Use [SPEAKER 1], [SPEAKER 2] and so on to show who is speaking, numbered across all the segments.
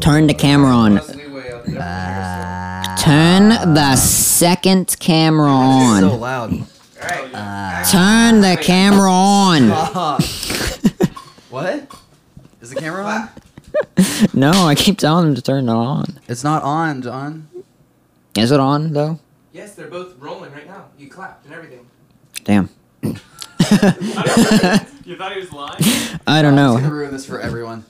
[SPEAKER 1] turn the camera on. Turn the second camera
[SPEAKER 2] So
[SPEAKER 1] on.
[SPEAKER 2] loud.
[SPEAKER 1] Turn the camera on.
[SPEAKER 2] what? Is the camera on?
[SPEAKER 1] No, I keep telling him to turn it on.
[SPEAKER 2] It's not on, John.
[SPEAKER 1] Is it on though?
[SPEAKER 3] Yes, they're both rolling right now. You clapped and everything.
[SPEAKER 1] Damn.
[SPEAKER 3] You thought he was lying?
[SPEAKER 1] I don't
[SPEAKER 2] I'm gonna
[SPEAKER 1] know.
[SPEAKER 2] ruin this for everyone.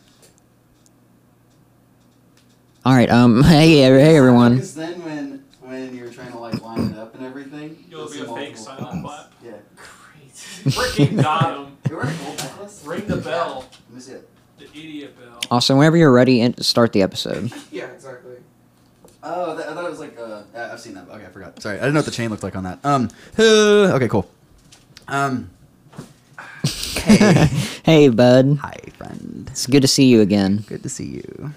[SPEAKER 1] All right. Um. Hey. ev- Hey, everyone.
[SPEAKER 4] Because then when when you're trying to like line it up and everything,
[SPEAKER 3] You'll
[SPEAKER 4] it's
[SPEAKER 3] be a fake
[SPEAKER 4] multiple
[SPEAKER 3] silent
[SPEAKER 4] times.
[SPEAKER 3] clap.
[SPEAKER 4] Yeah.
[SPEAKER 3] Freaking got him.
[SPEAKER 4] You wearing a gold necklace?
[SPEAKER 3] Ring the bell.
[SPEAKER 4] Let me see it.
[SPEAKER 3] The idiot bell.
[SPEAKER 1] Austin, whenever you're ready, in- start the episode.
[SPEAKER 5] Yeah, exactly.
[SPEAKER 4] Oh, that, I thought it was like uh, I- I've seen that. Okay, I forgot. Sorry, I didn't know what the chain looked like on that. Um, uh, okay, cool. Um,
[SPEAKER 1] Hey. hey, bud.
[SPEAKER 4] hi, friend.
[SPEAKER 1] It's good to see you again.
[SPEAKER 4] Good to see you.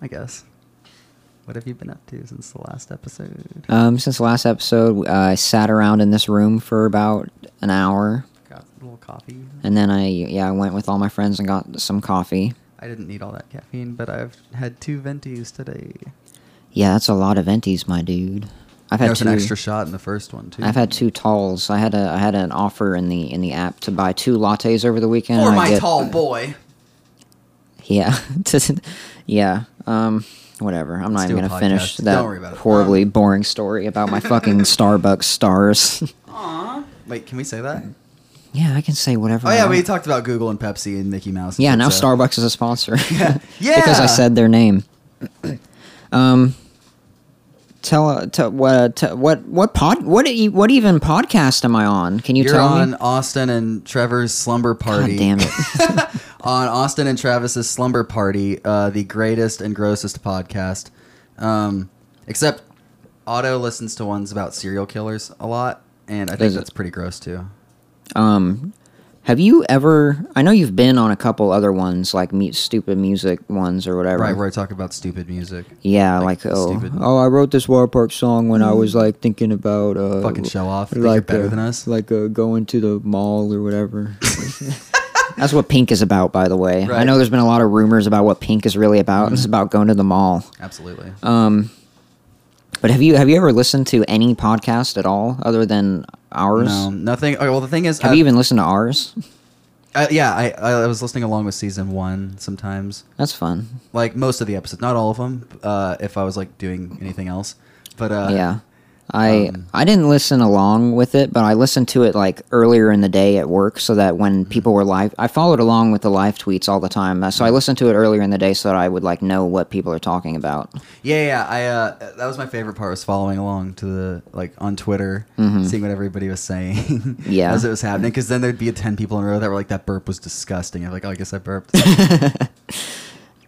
[SPEAKER 4] I guess. What have you been up to since the last episode?
[SPEAKER 1] Um, since the last episode, uh, I sat around in this room for about an hour,
[SPEAKER 4] Got a little coffee.
[SPEAKER 1] and then I yeah I went with all my friends and got some coffee.
[SPEAKER 4] I didn't need all that caffeine, but I've had two ventis today.
[SPEAKER 1] Yeah, that's a lot of enties, my dude. I've
[SPEAKER 4] There
[SPEAKER 1] had
[SPEAKER 4] was
[SPEAKER 1] two.
[SPEAKER 4] an extra shot in the first one too.
[SPEAKER 1] I've had two talls. I had a I had an offer in the in the app to buy two lattes over the weekend.
[SPEAKER 2] For
[SPEAKER 1] and I
[SPEAKER 2] my
[SPEAKER 1] get-
[SPEAKER 2] tall boy.
[SPEAKER 1] Yeah. Doesn't- yeah. Um whatever. I'm not
[SPEAKER 4] Let's
[SPEAKER 1] even
[SPEAKER 4] do a
[SPEAKER 1] gonna finish
[SPEAKER 4] podcast.
[SPEAKER 1] that
[SPEAKER 4] Don't worry about it.
[SPEAKER 2] Um,
[SPEAKER 1] horribly boring story about my fucking Starbucks stars.
[SPEAKER 4] Wait, can we say that?
[SPEAKER 1] Mm-hmm. yeah, I can say whatever.
[SPEAKER 2] Oh
[SPEAKER 1] I
[SPEAKER 2] yeah, we
[SPEAKER 1] want.
[SPEAKER 2] talked about Google and Pepsi and Mickey Mouse. and
[SPEAKER 1] Yeah,
[SPEAKER 2] shit,
[SPEAKER 1] now
[SPEAKER 2] so-
[SPEAKER 1] Starbucks is a sponsor. Yeah. Because
[SPEAKER 2] Yeah!
[SPEAKER 1] I said their name. um Tell, tell what uh, tell, what what pod what e- what even podcast am I on? Can you
[SPEAKER 2] You're
[SPEAKER 1] tell
[SPEAKER 2] on
[SPEAKER 1] me?
[SPEAKER 2] Austin and Trevor's slumber party.
[SPEAKER 1] God damn it!
[SPEAKER 2] on Austin and Travis's Slumber Party, uh, the greatest and grossest podcast. Um, except Otto listens to ones about serial killers a lot, and I think
[SPEAKER 1] Is it-
[SPEAKER 2] that's pretty gross too.
[SPEAKER 1] Um, have you ever? I know you've been on a couple other ones, like mute stupid music ones or whatever.
[SPEAKER 2] Right, where I talk about stupid music.
[SPEAKER 1] Yeah,
[SPEAKER 2] Like,
[SPEAKER 1] like, oh,
[SPEAKER 2] stupid. Mm.
[SPEAKER 1] oh, I wrote this water park song when I was like thinking about uh,
[SPEAKER 2] Fucking show off. Think you're better
[SPEAKER 1] uh,
[SPEAKER 2] than us.
[SPEAKER 1] like uh, going to the mall or whatever. That's what Pink is about, by the way. I
[SPEAKER 2] Right. Mm-hmm.
[SPEAKER 1] know there's been a lot of rumors about what Pink is really about. It's about going to the mall.
[SPEAKER 2] Absolutely.
[SPEAKER 1] Um, but have you have you ever listened to any podcast at all other than ours?
[SPEAKER 2] no, nothing. Okay, well, the thing is,
[SPEAKER 1] Have
[SPEAKER 2] I-
[SPEAKER 1] you even listened to ours?
[SPEAKER 2] I- yeah, I, I was listening along with season one sometimes,
[SPEAKER 1] That's fun.
[SPEAKER 2] like most of the episodes, not all of them. Uh, if I was like doing anything else, but uh,
[SPEAKER 1] yeah i
[SPEAKER 2] um,
[SPEAKER 1] i didn't listen along with it but i listened to it like earlier in the day at work so that when
[SPEAKER 2] Mm-hmm.
[SPEAKER 1] people were live i followed along with the live tweets all the time uh, so
[SPEAKER 2] Mm-hmm.
[SPEAKER 1] i listened to it earlier in the day so that i would like know what people are talking about
[SPEAKER 2] Yeah, yeah. I uh, that was my favorite part was following along to the like on Twitter, seeing what everybody was saying.
[SPEAKER 1] Mm-hmm. Yeah.
[SPEAKER 2] as it was happening, because then there'd be a ten people in a row that were like, "That burp was disgusting." I'm like, "Oh, I guess I burped."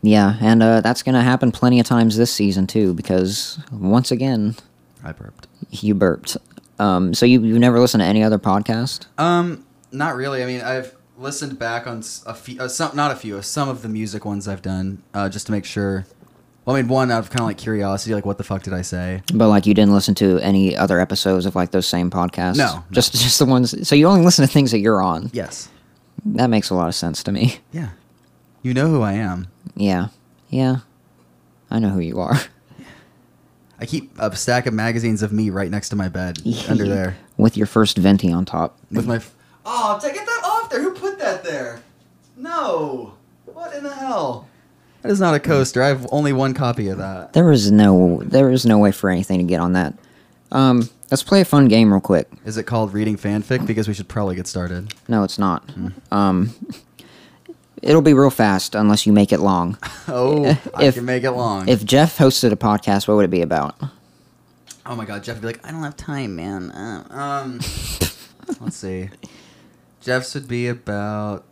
[SPEAKER 1] yeah and uh, that's gonna happen plenty of times this season too because once again
[SPEAKER 2] I burped.
[SPEAKER 1] you burped um, so you, you never listened to any other podcast
[SPEAKER 2] Um, not really. I mean, I've listened back on s- a few, uh, some, not a few, some of the music ones I've done, uh, just to make sure. Well, I mean, one out of kind of like curiosity, like, what the fuck did I say?
[SPEAKER 1] but like you didn't listen to any other episodes of like those same podcasts
[SPEAKER 2] No, no.
[SPEAKER 1] just just the ones so you only listen to things that you're on
[SPEAKER 2] Yes.
[SPEAKER 1] that makes a lot of sense to me
[SPEAKER 2] Yeah. You know who I am.
[SPEAKER 1] Yeah. Yeah. I know who you are.
[SPEAKER 2] I keep a stack of magazines of me right next to my bed under there.
[SPEAKER 1] With your first venti on top.
[SPEAKER 2] with my. F- oh, t- get that off there! Who put that there? No! What in the hell? That is not a coaster. I have only one copy of that.
[SPEAKER 1] There is no there is no way for anything to get on that. Um, let's play a fun game real quick.
[SPEAKER 2] Is it called reading fanfic? Because we should probably get started.
[SPEAKER 1] No, it's not.
[SPEAKER 2] Mm.
[SPEAKER 1] Um It'll be real fast unless you make it long.
[SPEAKER 2] Oh, I
[SPEAKER 1] If-
[SPEAKER 2] can make it long.
[SPEAKER 1] If Jeff hosted a podcast, what would it be about?
[SPEAKER 2] oh my god, Jeff would be like, I don't have time, man. Uh, um, let's see. Jeff's would be about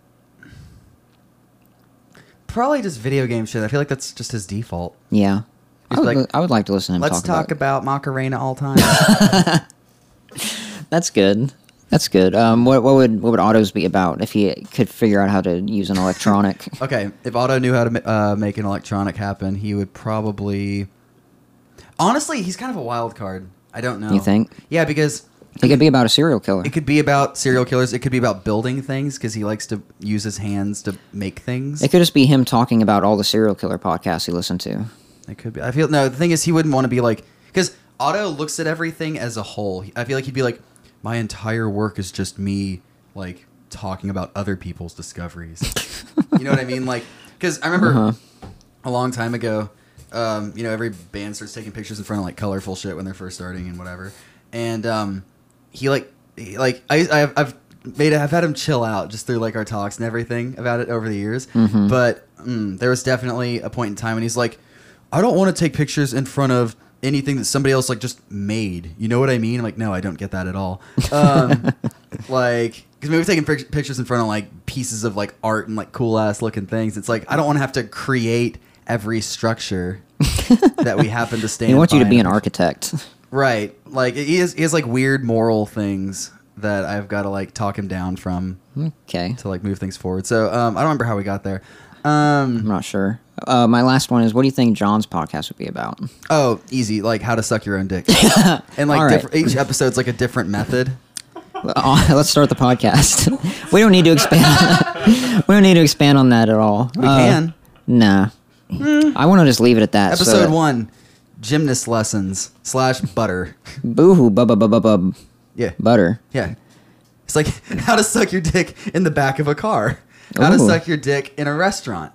[SPEAKER 2] probably just video game shit. I feel like that's just his default.
[SPEAKER 1] Yeah. I
[SPEAKER 2] It's
[SPEAKER 1] would,
[SPEAKER 2] like,
[SPEAKER 1] li- I would like to listen to him
[SPEAKER 2] Let's talk
[SPEAKER 1] about
[SPEAKER 2] about Macarena all time.
[SPEAKER 1] it. That's good. That's good. Um, what, what would what would autos be about if he could figure out how to use an electronic?
[SPEAKER 2] Okay, if Otto knew how to ma- uh, make an electronic happen, he would probably. Honestly, he's kind of a wild card. I don't know.
[SPEAKER 1] You think?
[SPEAKER 2] Yeah, because
[SPEAKER 1] It could be about a serial killer.
[SPEAKER 2] It could be about serial killers. It could be about building things because he likes to use his hands to make things.
[SPEAKER 1] It could just be him talking about all the serial killer podcasts he listened to.
[SPEAKER 2] It could be. I feel no. The thing is, he wouldn't want to be like because Otto looks at everything as a whole. I feel like he'd be like, my entire work is just me like talking about other people's discoveries. you know what I mean? Like because I remember a long time ago, um, you know, every band starts taking pictures in front of like colorful shit when they're first starting and whatever. And um, he like he, like I I've, I've made I've had him chill out just through like our talks and everything about it over the years. But mm, there was definitely a point in time when he's like, I don't want to take pictures in front of anything that somebody else like just made. You know what I mean? I'm like, no, I don't get that at all. Um, like because we've taken pic- pictures in front of like pieces of like art and like cool ass looking things. It's like I don't want to have to create every structure that we happen to stand.
[SPEAKER 1] He wants you to
[SPEAKER 2] by
[SPEAKER 1] be an
[SPEAKER 2] in a-
[SPEAKER 1] architect.
[SPEAKER 2] right? Like he has, he has like weird moral things that I've got to like talk him down from
[SPEAKER 1] Okay.
[SPEAKER 2] to like move things forward. So um, I don't remember how we got there. Um,
[SPEAKER 1] I'm not sure. Uh, my last one is what do you think John's podcast would be about?
[SPEAKER 2] oh, easy, like how to suck your own dick, and like
[SPEAKER 1] All right.
[SPEAKER 2] different, each episode's like a different method.
[SPEAKER 1] Uh, Let's start the podcast. we don't need to expand. we don't need to expand on that at all. We
[SPEAKER 2] can. Hmm.
[SPEAKER 1] Nah. I want to just leave it at that.
[SPEAKER 2] Episode
[SPEAKER 1] so,
[SPEAKER 2] one, gymnast lessons slash butter.
[SPEAKER 1] Boohoo, bub, bub, bub, bub, bub,
[SPEAKER 2] yeah,
[SPEAKER 1] butter.
[SPEAKER 2] Yeah. It's like how to suck your dick in the back of a car. How to
[SPEAKER 1] Ooh.
[SPEAKER 2] suck your dick in a restaurant.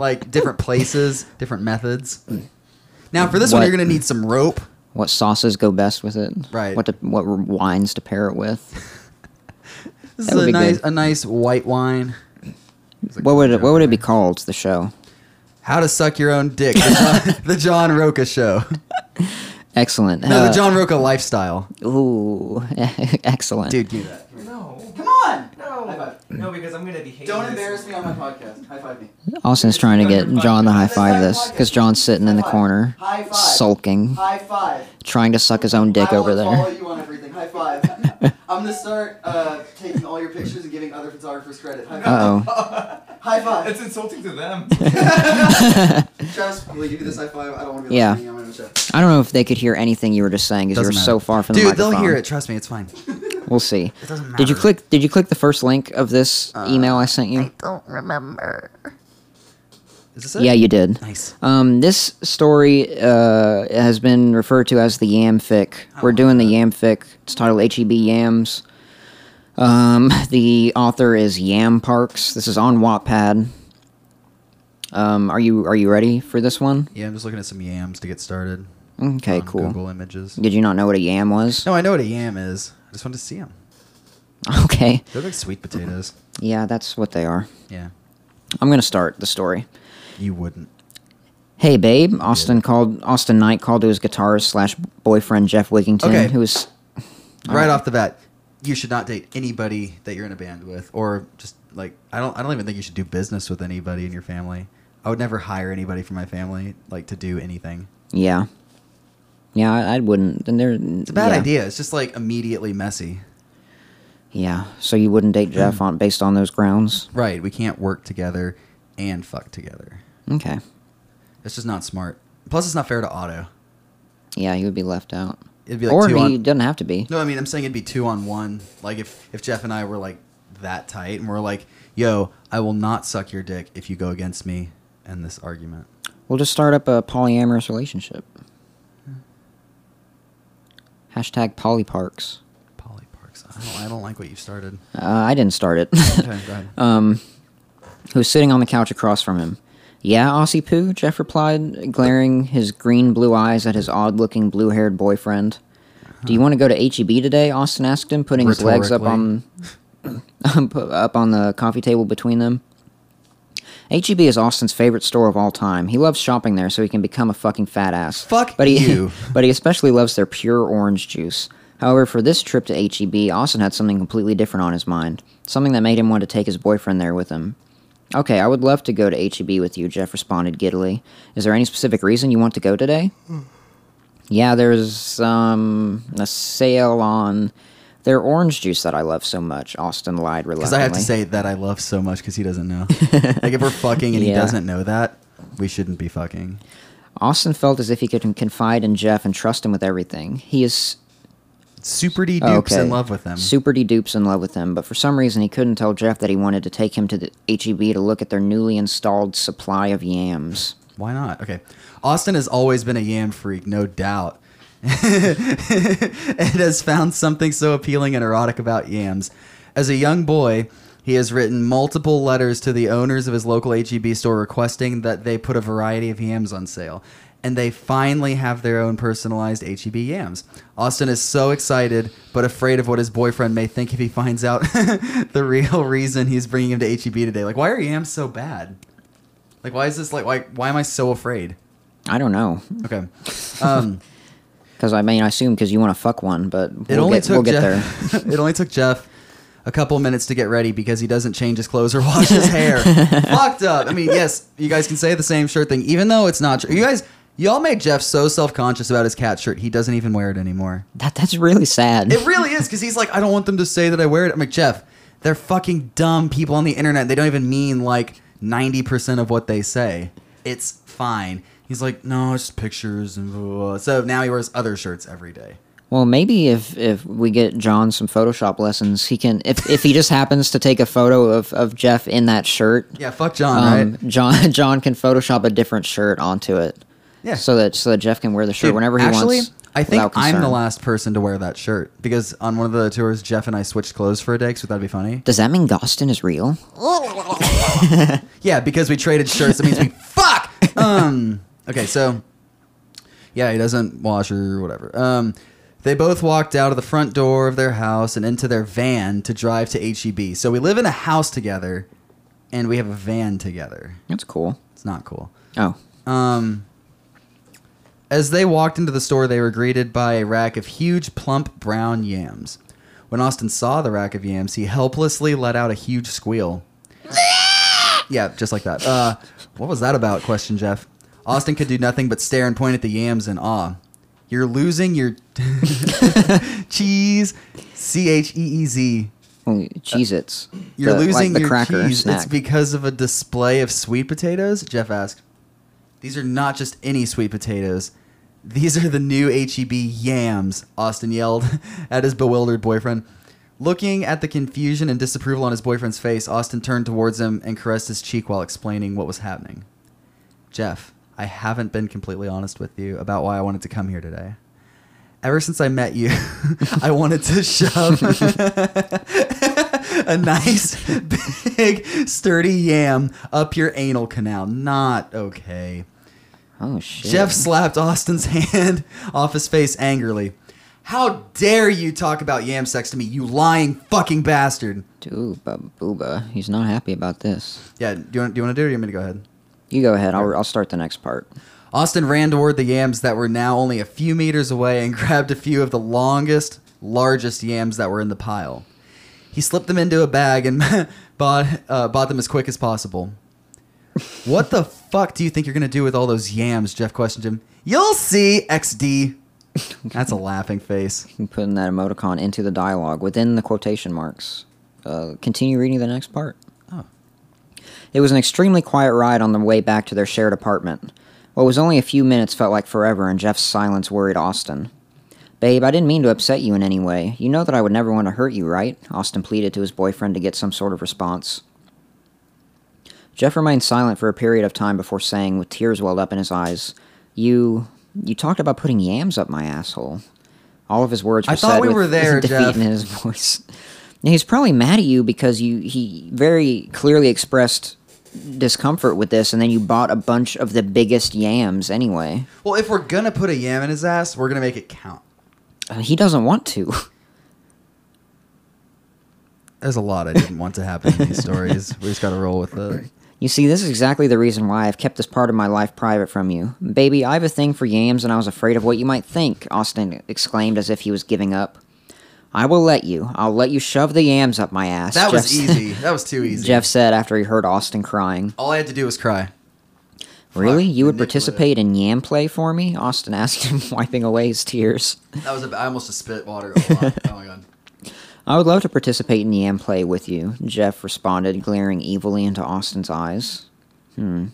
[SPEAKER 2] like different places, different methods. Now for this one
[SPEAKER 1] What-
[SPEAKER 2] you're going to need some rope.
[SPEAKER 1] What sauces go best with it?
[SPEAKER 2] Right.
[SPEAKER 1] What to, what wines to pair it with?
[SPEAKER 2] This
[SPEAKER 1] That
[SPEAKER 2] is
[SPEAKER 1] would
[SPEAKER 2] a
[SPEAKER 1] be
[SPEAKER 2] nice
[SPEAKER 1] good.
[SPEAKER 2] a nice white wine.
[SPEAKER 1] What would it, what would it be called? The show.
[SPEAKER 2] How to suck your own dick. The John, the John Roca show.
[SPEAKER 1] Excellent.
[SPEAKER 2] No,
[SPEAKER 1] Uh,
[SPEAKER 2] the John Roca lifestyle.
[SPEAKER 1] Ooh, excellent.
[SPEAKER 2] Dude, give me that.
[SPEAKER 4] No.
[SPEAKER 2] Come on.
[SPEAKER 4] High
[SPEAKER 5] No, no, because I'm gonna be. hating
[SPEAKER 4] Don't
[SPEAKER 5] this.
[SPEAKER 4] embarrass me on my podcast. High five me.
[SPEAKER 1] Austin's trying to get John to high five this because John's sitting in the corner,
[SPEAKER 4] High five.
[SPEAKER 1] sulking,
[SPEAKER 4] High five.
[SPEAKER 1] trying to suck his own dick
[SPEAKER 4] I
[SPEAKER 1] over
[SPEAKER 4] will Follow
[SPEAKER 1] there.
[SPEAKER 4] you on everything. High five. I'm gonna start uh, taking all your pictures and giving other photographers credit. High five.
[SPEAKER 1] Uh oh.
[SPEAKER 4] High five.
[SPEAKER 5] That's insulting to them.
[SPEAKER 4] Travis, will you do this high five? I don't want to be
[SPEAKER 1] Yeah.
[SPEAKER 4] listening. I'm gonna check.
[SPEAKER 1] I don't know if they could hear anything you were just saying because you were
[SPEAKER 2] Doesn't matter.
[SPEAKER 1] so far from the
[SPEAKER 2] Dude,
[SPEAKER 1] microphone.
[SPEAKER 2] they'll hear it. Trust me, it's fine.
[SPEAKER 1] We'll see.
[SPEAKER 2] It doesn't matter. Uh,
[SPEAKER 1] Did you click? Did you click the first link of this email I sent you?
[SPEAKER 2] Is this it?
[SPEAKER 1] Yeah, you did.
[SPEAKER 2] Nice.
[SPEAKER 1] Um, this story uh, has been referred to as the Yam Fic. We're doing the Yam Fic. It's titled "Heb Yams." Um, the author is Yam Parks. This is on Wattpad. Um, are you are you ready for this one?
[SPEAKER 2] Yeah, I'm just looking at some yams to get started.
[SPEAKER 1] Okay,
[SPEAKER 2] on
[SPEAKER 1] cool.
[SPEAKER 2] Google images.
[SPEAKER 1] Did you not know what a yam was?
[SPEAKER 2] No, I know what a yam is. I just wanted to see them.
[SPEAKER 1] Okay.
[SPEAKER 2] They're like sweet potatoes.
[SPEAKER 1] Yeah, that's what they are.
[SPEAKER 2] Yeah.
[SPEAKER 1] I'm gonna start the story.
[SPEAKER 2] You wouldn't.
[SPEAKER 1] Hey babe, Austin called. Austin Knight called to his guitarist slash boyfriend Jeff Wigington,
[SPEAKER 2] Okay.
[SPEAKER 1] who was
[SPEAKER 2] Right off the bat, you should not date anybody that you're in a band with, or just like I don't. I don't even think you should do business with anybody in your family. I would never hire anybody from my family like to do anything.
[SPEAKER 1] yeah, yeah. I, I wouldn't. Then there. It's
[SPEAKER 2] It's a bad idea. It's just like immediately messy.
[SPEAKER 1] Yeah. So you wouldn't date Jeff on based on those grounds.
[SPEAKER 2] Right. We can't work together and fuck together.
[SPEAKER 1] Okay.
[SPEAKER 2] It's just not smart. Plus, it's not fair to Otto.
[SPEAKER 1] Yeah, he would be left out.
[SPEAKER 2] It'd be like
[SPEAKER 1] or
[SPEAKER 2] two
[SPEAKER 1] he
[SPEAKER 2] on-
[SPEAKER 1] doesn't have to be.
[SPEAKER 2] No, I mean I'm saying it'd be two on one. Like if if Jeff and I were like that tight, and we're like, "Yo, I will not suck your dick if you go against me in this argument."
[SPEAKER 1] We'll just start up a polyamorous relationship.
[SPEAKER 2] Hmm.
[SPEAKER 1] Hashtag polyparks.
[SPEAKER 2] Polly Parks. I don't, I don't like what you started.
[SPEAKER 1] Uh, I didn't start it.
[SPEAKER 2] Okay, go ahead.
[SPEAKER 1] um, who's sitting on the couch across from him. Yeah, Aussie Poo, Jeff replied, glaring his green blue eyes at his odd looking blue haired boyfriend. Do you want to go to HEB today? Austin asked him, putting his legs up on pu- up on the coffee table between them. HEB E is Austin's favorite store of all time. He loves shopping there so he can become a fucking fat ass.
[SPEAKER 2] Fuck
[SPEAKER 1] but he,
[SPEAKER 2] you.
[SPEAKER 1] but he especially loves their pure orange juice. However, for this trip to HEB, Austin had something completely different on his mind. Something that made him want to take his boyfriend there with him. Okay, I would love to go to HEB with you, Jeff responded giddily. Is there any specific reason you want to go today? Yeah, there's um a sale on their orange juice that I love so much, Austin lied
[SPEAKER 2] Because
[SPEAKER 1] reluctantly.
[SPEAKER 2] I have to say that I love so much because he doesn't know. like if we're fucking and he
[SPEAKER 1] Yeah.
[SPEAKER 2] doesn't know that, we shouldn't be fucking.
[SPEAKER 1] Austin felt as if he could confide in Jeff and trust him with everything. He is
[SPEAKER 2] super de
[SPEAKER 1] Oh,
[SPEAKER 2] dupes
[SPEAKER 1] okay.
[SPEAKER 2] in love with them.
[SPEAKER 1] Super de dupes in love with him, but for some reason he couldn't tell Jeff that he wanted to take him to the HEB to look at their newly installed supply of yams.
[SPEAKER 2] Why not? Okay. Austin has always been a yam freak, no doubt. and has found something so appealing and erotic about yams. As a young boy, he has written multiple letters to the owners of his local HEB store requesting that they put a variety of yams on sale. And they finally have their own personalized HEB yams. Austin is so excited, but afraid of what his boyfriend may think if he finds out the real reason he's bringing him to HEB today. Like, why are yams so bad? Like, why is this like, why, why am I so afraid?
[SPEAKER 1] I don't know,
[SPEAKER 2] Okay. Um,
[SPEAKER 1] because I mean I assume because you want to fuck one, but we'll
[SPEAKER 2] it only
[SPEAKER 1] get,
[SPEAKER 2] took
[SPEAKER 1] we'll get there.
[SPEAKER 2] Jeff, it only took Jeff a couple minutes to get ready because he doesn't change his clothes or wash his hair. Fucked up. I mean, yes, you guys can say the same shirt thing, even though it's not true. You guys, y'all made Jeff so self conscious about his cat shirt, he doesn't even wear it anymore.
[SPEAKER 1] That that's really sad.
[SPEAKER 2] It really is because he's like, I don't want them to say that I wear it. I'm like, Jeff, they're fucking dumb people on the internet. They don't even mean like 90% of what they say. It's fine. He's like, no, it's just pictures and blah, blah, blah." So now he wears other shirts every day.
[SPEAKER 1] Well, maybe if if we get John some Photoshop lessons, he can. If if he just happens to take a photo of of Jeff in that shirt,
[SPEAKER 2] Yeah, fuck John,
[SPEAKER 1] um,
[SPEAKER 2] right?
[SPEAKER 1] John John can Photoshop a different shirt onto it.
[SPEAKER 2] Yeah.
[SPEAKER 1] So that so that Jeff can wear the shirt
[SPEAKER 2] Dude,
[SPEAKER 1] whenever he
[SPEAKER 2] actually,
[SPEAKER 1] wants.
[SPEAKER 2] I think
[SPEAKER 1] without
[SPEAKER 2] I'm the
[SPEAKER 1] concern.
[SPEAKER 2] last person to wear that shirt because on one of the tours, Jeff and I switched clothes for a day. So that'd be funny.
[SPEAKER 1] Does that mean Gostin is real?
[SPEAKER 2] Yeah, because we traded shirts. That means we fuck. Um. Okay, so yeah, he doesn't wash or whatever. Um. They both walked out of the front door of their house and into their van to drive to HEB. So we live in a house together, and we have a van together.
[SPEAKER 1] That's cool.
[SPEAKER 2] It's not cool.
[SPEAKER 1] Oh,
[SPEAKER 2] Um, as they walked into the store, they were greeted by a rack of huge, plump, brown yams. When Austin saw the rack of yams, he helplessly let out a huge squeal. yeah, just like that. Uh, what was that about? Question Jeff. Austin could do nothing but stare and point at the yams in awe. You're losing your cheese, C H E E Z.
[SPEAKER 1] well, Cheez Its.
[SPEAKER 2] You're
[SPEAKER 1] The- like
[SPEAKER 2] losing
[SPEAKER 1] the
[SPEAKER 2] your
[SPEAKER 1] cracker
[SPEAKER 2] cheese.
[SPEAKER 1] snack.
[SPEAKER 2] It's because of a display of sweet potatoes. Jeff asked. These are not just any sweet potatoes. These are the new HEB yams. Austin yelled at his bewildered boyfriend. Looking at the confusion and disapproval on his boyfriend's face, Austin turned towards him and caressed his cheek while explaining what was happening. Jeff, I haven't been completely honest with you about why I wanted to come here today. Ever since I met you, I wanted to shove a nice, big, sturdy yam up your anal canal. Not okay.
[SPEAKER 1] oh shit.
[SPEAKER 2] Jeff slapped Austin's hand off his face angrily. How dare you talk about yam sex to me, you lying fucking bastard!
[SPEAKER 1] Dude, but Booba, he's not happy about this.
[SPEAKER 2] Yeah, do you want, do you want to do it or do you want me to go ahead?
[SPEAKER 1] You go ahead. I'll I'll start the next part.
[SPEAKER 2] Austin ran toward the yams that were now only a few meters away and grabbed a few of the longest, largest yams that were in the pile. He slipped them into a bag and bought, uh, bought them as quick as possible. what the fuck do you think you're going to do with all those yams? Jeff questioned him. You'll see, XD. That's a laughing face.
[SPEAKER 1] I'm putting that emoticon into the dialogue within the quotation marks. Uh, continue reading the next part.
[SPEAKER 2] Oh.
[SPEAKER 1] It was an extremely quiet ride on the way back to their shared apartment. What was only a few minutes felt like forever, and Jeff's silence worried Austin. Babe, I didn't mean to upset you in any way. You know that I would never want to hurt you, right? Austin pleaded to his boyfriend to get some sort of response. Jeff remained silent for a period of time before saying, with tears welled up in his eyes, You. you talked about putting yams up my asshole. All of his words were
[SPEAKER 2] I thought
[SPEAKER 1] said
[SPEAKER 2] we
[SPEAKER 1] with
[SPEAKER 2] were there,
[SPEAKER 1] defeat
[SPEAKER 2] Jeff.
[SPEAKER 1] in his voice. And he's probably mad at you because you he very clearly expressed discomfort with this, and then you bought a bunch of the biggest yams anyway.
[SPEAKER 2] Well, if we're going to put a yam in his ass, we're going to make it count.
[SPEAKER 1] Uh, he doesn't want to.
[SPEAKER 2] There's a lot I didn't want to happen in these stories. We just got to roll with it.
[SPEAKER 1] You see, this is exactly the reason why I've kept this part of my life private from you. Baby, I have a thing for yams and I was afraid of what you might think, Austin exclaimed as if he was giving up. I will let you. I'll let you shove the yams up my ass.
[SPEAKER 2] That was
[SPEAKER 1] Jeff s-
[SPEAKER 2] easy. That was too easy.
[SPEAKER 1] Jeff said after he heard Austin crying.
[SPEAKER 2] All I had to do was cry.
[SPEAKER 1] Really?
[SPEAKER 2] Fuck,
[SPEAKER 1] You would
[SPEAKER 2] Nick would've-
[SPEAKER 1] participate in yam play for me? Austin asked him, wiping away his tears.
[SPEAKER 2] That was a, I almost just spit water. a lot. Oh my god.
[SPEAKER 1] I would love to participate in yam play with you, Jeff responded, glaring evilly into Austin's eyes. Hmm.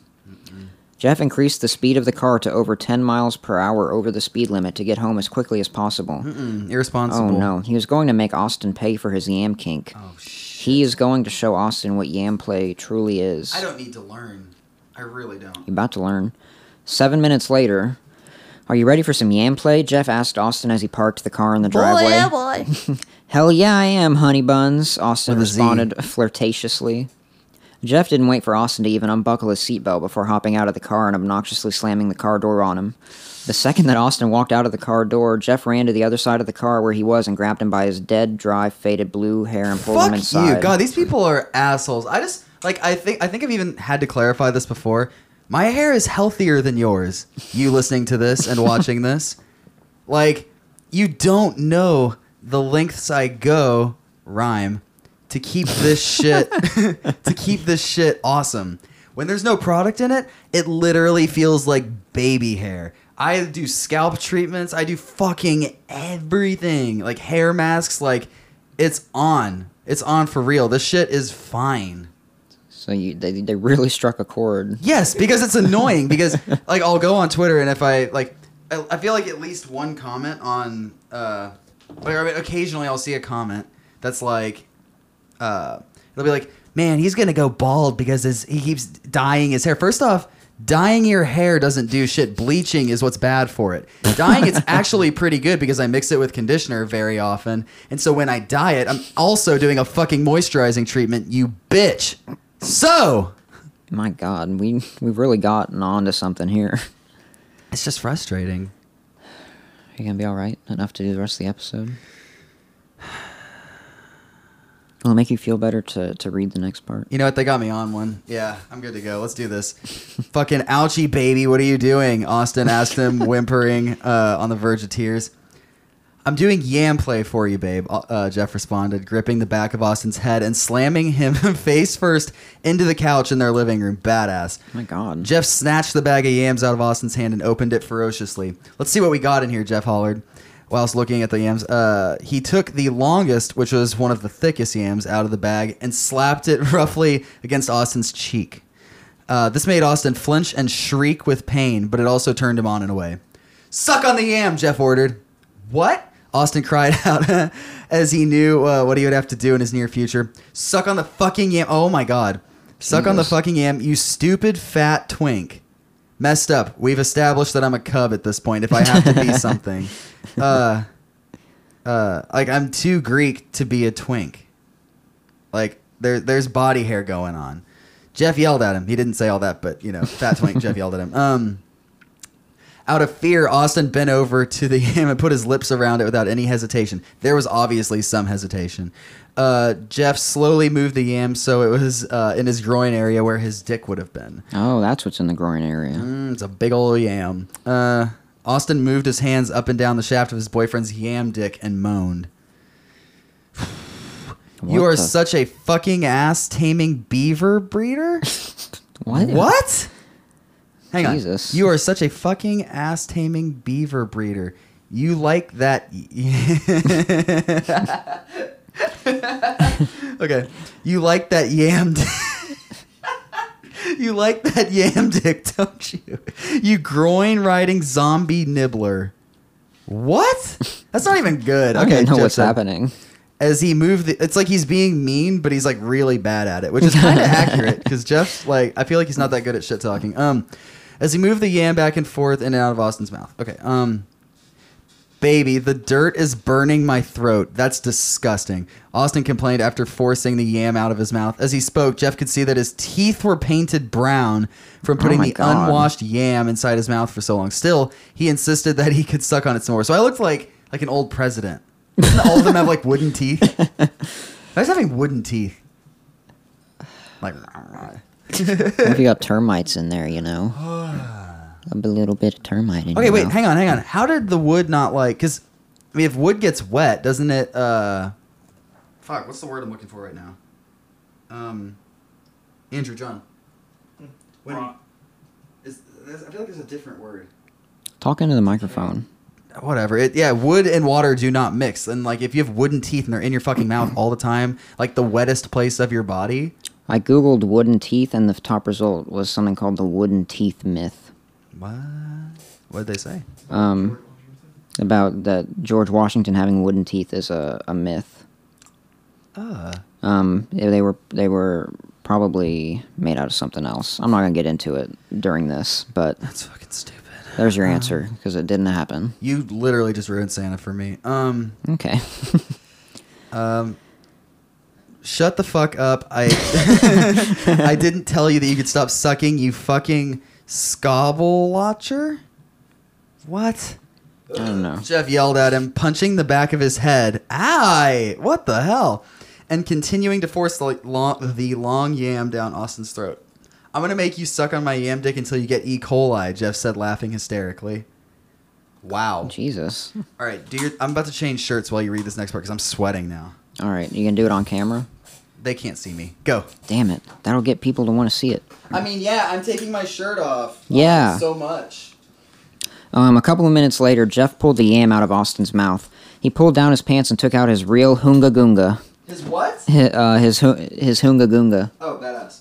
[SPEAKER 1] Jeff increased the speed of the car to over 10 miles per hour over the speed limit to get home as quickly as possible.
[SPEAKER 2] Mm,
[SPEAKER 1] Oh
[SPEAKER 2] irresponsible.
[SPEAKER 1] no, he was going to make Austin pay for his yam kink.
[SPEAKER 2] Oh shit.
[SPEAKER 1] He is going to show Austin what yam play truly is.
[SPEAKER 2] I don't need to learn. I really don't.
[SPEAKER 1] You're about to learn. Seven minutes later, are you ready for some yam play? Jeff asked Austin as he parked the car in the driveway.
[SPEAKER 2] boy.
[SPEAKER 1] Hell yeah, I am, honey buns. Austin
[SPEAKER 2] With a Z.
[SPEAKER 1] responded flirtatiously. Jeff didn't wait for Austin to even unbuckle his seatbelt before hopping out of the car and obnoxiously slamming the car door on him. The second that Austin walked out of the car door, Jeff ran to the other side of the car where he was and grabbed him by his dead, dry, faded blue hair and pulled
[SPEAKER 2] Fuck
[SPEAKER 1] him inside.
[SPEAKER 2] you, God. These people are assholes. I just like I think I think I've even had to clarify this before. My hair is healthier than yours. You listening to this and watching this, like you don't know the lengths I go rhyme to keep this shit to keep this shit awesome. When there's no product in it, it literally feels like baby hair. I do scalp treatments, I do fucking everything. Like hair masks, like it's on. It's on for real. This shit is fine.
[SPEAKER 1] So you, they, they really struck a chord.
[SPEAKER 2] Yes, because it's annoying. Because like I'll go on Twitter and if I like, I, I feel like at least one comment on, uh, or I mean, occasionally I'll see a comment that's like, uh, it'll be like, man, he's gonna go bald because his, he keeps dyeing his hair. First off. Dyeing your hair doesn't do shit. Bleaching is what's bad for it. Dyeing it's actually pretty good because I mix it with conditioner very often. And so when I dye it, I'm also doing a fucking moisturizing treatment, you bitch. So,
[SPEAKER 1] My God, we, we've really gotten on to something here.
[SPEAKER 2] It's just frustrating.
[SPEAKER 1] Are you going to be all right? Enough to do the rest of the episode? Will it make you feel better to, to read the next part?
[SPEAKER 2] You know what? They got me on one. Yeah, I'm good to go. Let's do this. Fucking ouchie, baby. What are you doing? Austin asked him, whimpering uh, on the verge of tears. I'm doing yam play for you, babe. Uh, uh, Jeff responded, gripping the back of Austin's head and slamming him face first into the couch in their living room. Badass.
[SPEAKER 1] My God.
[SPEAKER 2] Jeff snatched the bag of yams out of Austin's hand and opened it ferociously. Let's see what we got in here, Jeff hollered. Whilst looking at the yams, uh, he took the longest, which was one of the thickest yams, out of the bag and slapped it roughly against Austin's cheek. Uh, this made Austin flinch and shriek with pain, but it also turned him on in a way. Suck on the yam, Jeff ordered. What? Austin cried out as he knew uh, what he would have to do in his near future. Suck on the fucking yam. Oh my god. Suck on the
[SPEAKER 1] Jesus.
[SPEAKER 2] fucking yam, you stupid fat twink. Messed up. We've established that I'm a cub at this point if I have to be something. Uh, uh, like, I'm too Greek to be a twink. Like, there, there's body hair going on. Jeff yelled at him. He didn't say all that, but, you know, fat twink, Jeff yelled at him. Um, out of fear, Austin bent over to the ham and put his lips around it without any hesitation. There was obviously some hesitation. Uh, Jeff slowly moved the yam so it was uh, in his groin area where his dick would have been.
[SPEAKER 1] Oh, that's what's in the groin area.
[SPEAKER 2] Mm, it's a big ol' yam. Uh, Austin moved his hands up and down the shaft of his boyfriend's yam dick and moaned. you
[SPEAKER 1] What
[SPEAKER 2] are
[SPEAKER 1] the-
[SPEAKER 2] such a fucking ass taming beaver breeder?
[SPEAKER 1] What?
[SPEAKER 2] What? Hang on.
[SPEAKER 1] Jesus.
[SPEAKER 2] You are such a fucking ass taming beaver breeder. You like that. okay. You like that yam. Di- you like that yam dick, don't you? You groin riding zombie nibbler. What? That's not even good.
[SPEAKER 1] I don't
[SPEAKER 2] okay,
[SPEAKER 1] even know
[SPEAKER 2] Jeff
[SPEAKER 1] what's
[SPEAKER 2] said
[SPEAKER 1] happening.
[SPEAKER 2] as he moved the, it's like he's being mean but he's like really bad at it which is kind of accurate because jeff's like i feel like he's not that good at shit talking um as he moved the yam back and forth in and out of austin's mouth okay um baby the dirt is burning my throat that's disgusting austin complained after forcing the yam out of his mouth as he spoke jeff could see that his teeth were painted brown from putting
[SPEAKER 1] Oh my
[SPEAKER 2] the
[SPEAKER 1] God.
[SPEAKER 2] unwashed yam inside his mouth for so long still he insisted that he could suck on it some more so i looked like like an old president Doesn't all of them have like wooden teeth I was having wooden teeth. Like,
[SPEAKER 1] What if you got termites in there, you know? a b- little bit of termite in
[SPEAKER 2] okay,
[SPEAKER 1] your
[SPEAKER 2] wait,
[SPEAKER 1] mouth.
[SPEAKER 2] hang on, hang on. How did the wood not like? Because I mean, if wood gets wet, doesn't it? uh Fuck, what's the word I'm looking for right now? Um, Andrew John. When
[SPEAKER 3] Rot.
[SPEAKER 2] is, there's- I feel like there's a different word.
[SPEAKER 1] Talk into the microphone.
[SPEAKER 2] Whatever. It yeah, wood and water do not mix. And like, if you have wooden teeth and they're in your fucking mouth all the time, like the wettest place of your body,
[SPEAKER 1] I googled wooden teeth, and the top result was something called the wooden teeth myth.
[SPEAKER 2] What? What did they say?
[SPEAKER 1] Um, about that George Washington having wooden teeth is a, a myth.
[SPEAKER 2] Uh,
[SPEAKER 1] Um, yeah, they were they were probably made out of something else. I'm not gonna get into it during this, but
[SPEAKER 2] that's fucking stupid.
[SPEAKER 1] there's your answer because it didn't happen.
[SPEAKER 2] You literally just ruined Santa for me. Um,
[SPEAKER 1] Okay.
[SPEAKER 2] um, shut the fuck up. I I didn't tell you that you could stop sucking. You fucking scobble watcher. What?
[SPEAKER 1] I don't know.
[SPEAKER 2] Jeff yelled at him, punching the back of his head. Aye, what the hell? And continuing to force the long, the long yam down Austin's throat. I'm gonna make you suck on my yam dick until you get E. coli. Jeff said, laughing hysterically. Wow.
[SPEAKER 1] Jesus.
[SPEAKER 2] All right, do your, I'm about to change shirts while you read this next part because I'm sweating now.
[SPEAKER 1] All right, you can do it on camera.
[SPEAKER 2] They can't see me. Go.
[SPEAKER 1] Damn it, that'll get people to want to see it.
[SPEAKER 2] I mean, yeah, I'm taking my shirt off.
[SPEAKER 1] Yeah.
[SPEAKER 2] So much.
[SPEAKER 1] Um, a couple of minutes later, Jeff pulled the yam out of Austin's mouth. He pulled down his pants and took out his real hunga goonga.
[SPEAKER 2] His what?
[SPEAKER 1] Hi- uh, his hu- his hunga goonga.
[SPEAKER 2] Oh, badass.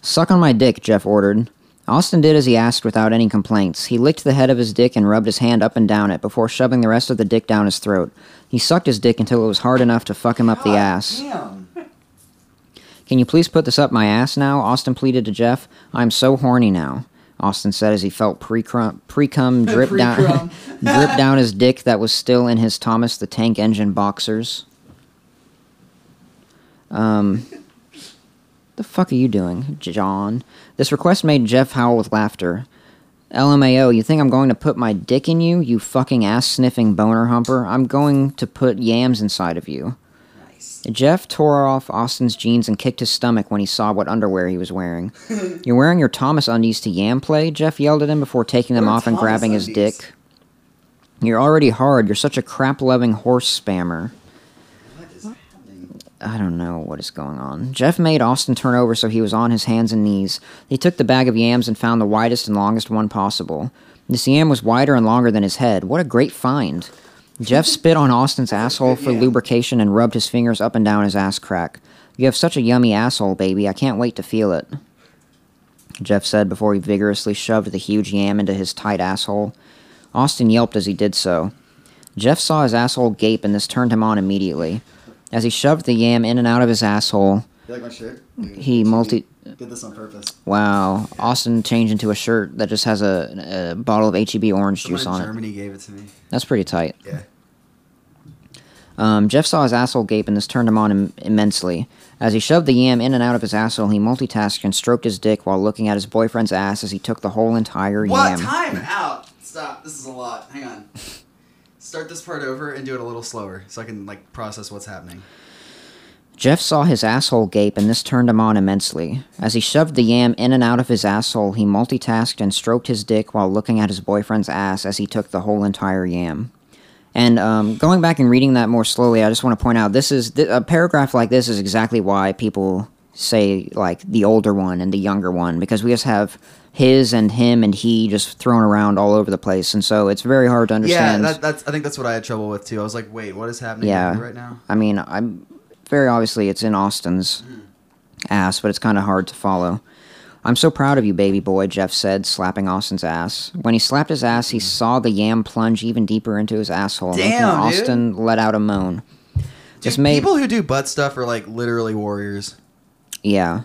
[SPEAKER 1] Suck on my dick, Jeff ordered. Austin did as he asked without any complaints. He licked the head of his dick and rubbed his hand up and down it before shoving the rest of the dick down his throat. He sucked his dick until it was hard enough to fuck him up the ass.
[SPEAKER 2] Damn.
[SPEAKER 1] Can you please put this up my ass now? Austin pleaded to Jeff. I'm so horny now. Austin said as he felt pre cum drip down
[SPEAKER 2] Pre-cum.
[SPEAKER 1] drip down his dick that was still in his Thomas the Tank Engine boxers. Um, the fuck are you doing, John? This request made Jeff howl with laughter. LMAO, you think I'm going to put my dick in you, you fucking ass sniffing boner humper? I'm going to put yams inside of you. Jeff tore off Austin's jeans and kicked his stomach when he saw what underwear he was wearing. You're wearing your Thomas undies to yam play? Jeff yelled at him before taking them
[SPEAKER 2] What are
[SPEAKER 1] off and
[SPEAKER 2] Thomas
[SPEAKER 1] grabbing his
[SPEAKER 2] undies?
[SPEAKER 1] dick. You're already hard. You're such a crap loving horse spammer.
[SPEAKER 2] What is happening?
[SPEAKER 1] I don't know what is going on. Jeff made Austin turn over so he was on his hands and knees. He took the bag of yams and found the widest and longest one possible. This yam was wider and longer than his head. What a great find. Jeff spit on Austin's asshole for lubrication and rubbed his fingers up and down his ass crack. You have such a yummy asshole, baby. I can't wait to feel it. Jeff said before he vigorously shoved the huge yam into his tight asshole. Austin yelped as he did so. Jeff saw his asshole gape and this turned him on immediately. As he shoved the yam in and out of his asshole,
[SPEAKER 2] You like my shirt? E
[SPEAKER 1] he multi.
[SPEAKER 2] Did this on purpose.
[SPEAKER 1] Wow. Austin changed into a shirt that just has a, a bottle of HEB orange
[SPEAKER 2] Someone
[SPEAKER 1] juice
[SPEAKER 2] in
[SPEAKER 1] on it.
[SPEAKER 2] Germany gave it to me.
[SPEAKER 1] That's pretty tight.
[SPEAKER 2] Yeah.
[SPEAKER 1] Um, Jeff saw his asshole gape and this turned him on Im- immensely. As he shoved the yam in and out of his asshole, he multitasked and stroked his dick while looking at his boyfriend's ass as he took the whole entire
[SPEAKER 2] What?
[SPEAKER 1] yam.
[SPEAKER 2] Time out. Stop. This is a lot. Hang on. Start this part over and do it a little slower so I can like process what's happening.
[SPEAKER 1] Jeff saw his asshole gape, and this turned him on immensely. As he shoved the yam in and out of his asshole, he multitasked and stroked his dick while looking at his boyfriend's ass as he took the whole entire yam. And um, going back and reading that more slowly, I just want to point out this is th- a paragraph like this is exactly why people say like the older one and the younger one because we just have his and him and he just thrown around all over the place, and so it's very hard to
[SPEAKER 2] Yeah,
[SPEAKER 1] understand.
[SPEAKER 2] that, that's. I think that's what I had trouble with too. I was like, wait, what is happening
[SPEAKER 1] Yeah.
[SPEAKER 2] here right now?
[SPEAKER 1] I mean, I'm very obviously it's in Austin's ass, but it's kind of hard to follow. I'm so proud of you, baby boy, Jeff said, slapping Austin's ass. When he slapped his ass, he saw the yam plunge even deeper into his asshole, making
[SPEAKER 2] Damn, dude.
[SPEAKER 1] Austin let out a moan.
[SPEAKER 2] Dude,
[SPEAKER 1] made-
[SPEAKER 2] people who do butt stuff are like literally warriors.
[SPEAKER 1] Yeah,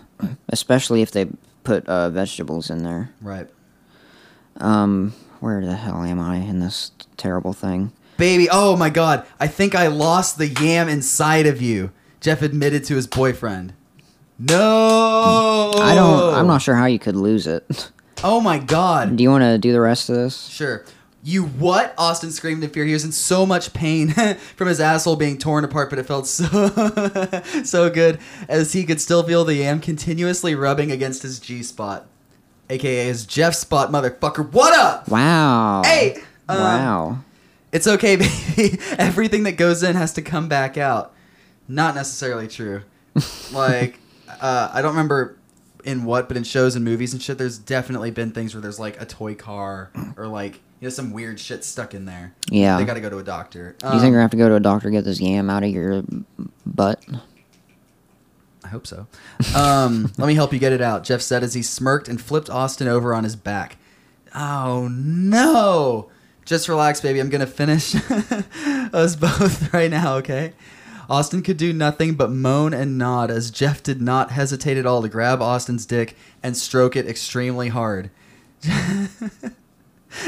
[SPEAKER 1] especially if they put uh, vegetables in there.
[SPEAKER 2] Right.
[SPEAKER 1] Um, where the hell am I in this terrible thing?
[SPEAKER 2] Baby, oh my god, I think I lost the yam inside of you. Jeff admitted to his boyfriend. No.
[SPEAKER 1] I don't. I'm not sure how you could lose it.
[SPEAKER 2] Oh my god.
[SPEAKER 1] do you want to do the rest of this?
[SPEAKER 2] Sure. You what? Austin screamed in fear. He was in so much pain from his asshole being torn apart, but it felt so so good as he could still feel the yam continuously rubbing against his G spot, aka his Jeff spot, motherfucker. What up?
[SPEAKER 1] Wow.
[SPEAKER 2] Hey. Um,
[SPEAKER 1] wow.
[SPEAKER 2] It's okay, baby. Everything that goes in has to come back out. Not necessarily true. like, uh, I don't remember in what, but in shows and movies and shit, there's definitely been things where there's like a toy car or like you know some weird shit stuck in there.
[SPEAKER 1] Yeah.
[SPEAKER 2] They got to go to a doctor. Um,
[SPEAKER 1] Do you think you're gonna have to go to a doctor to get this yam out of your butt?
[SPEAKER 2] I hope so. Um, let me help you get it out, Jeff said as he smirked and flipped Austin over on his back. Oh no! Just relax, baby. I'm gonna finish us both right now, okay? Austin could do nothing but moan and nod as Jeff did not hesitate at all to grab Austin's dick and stroke it extremely hard.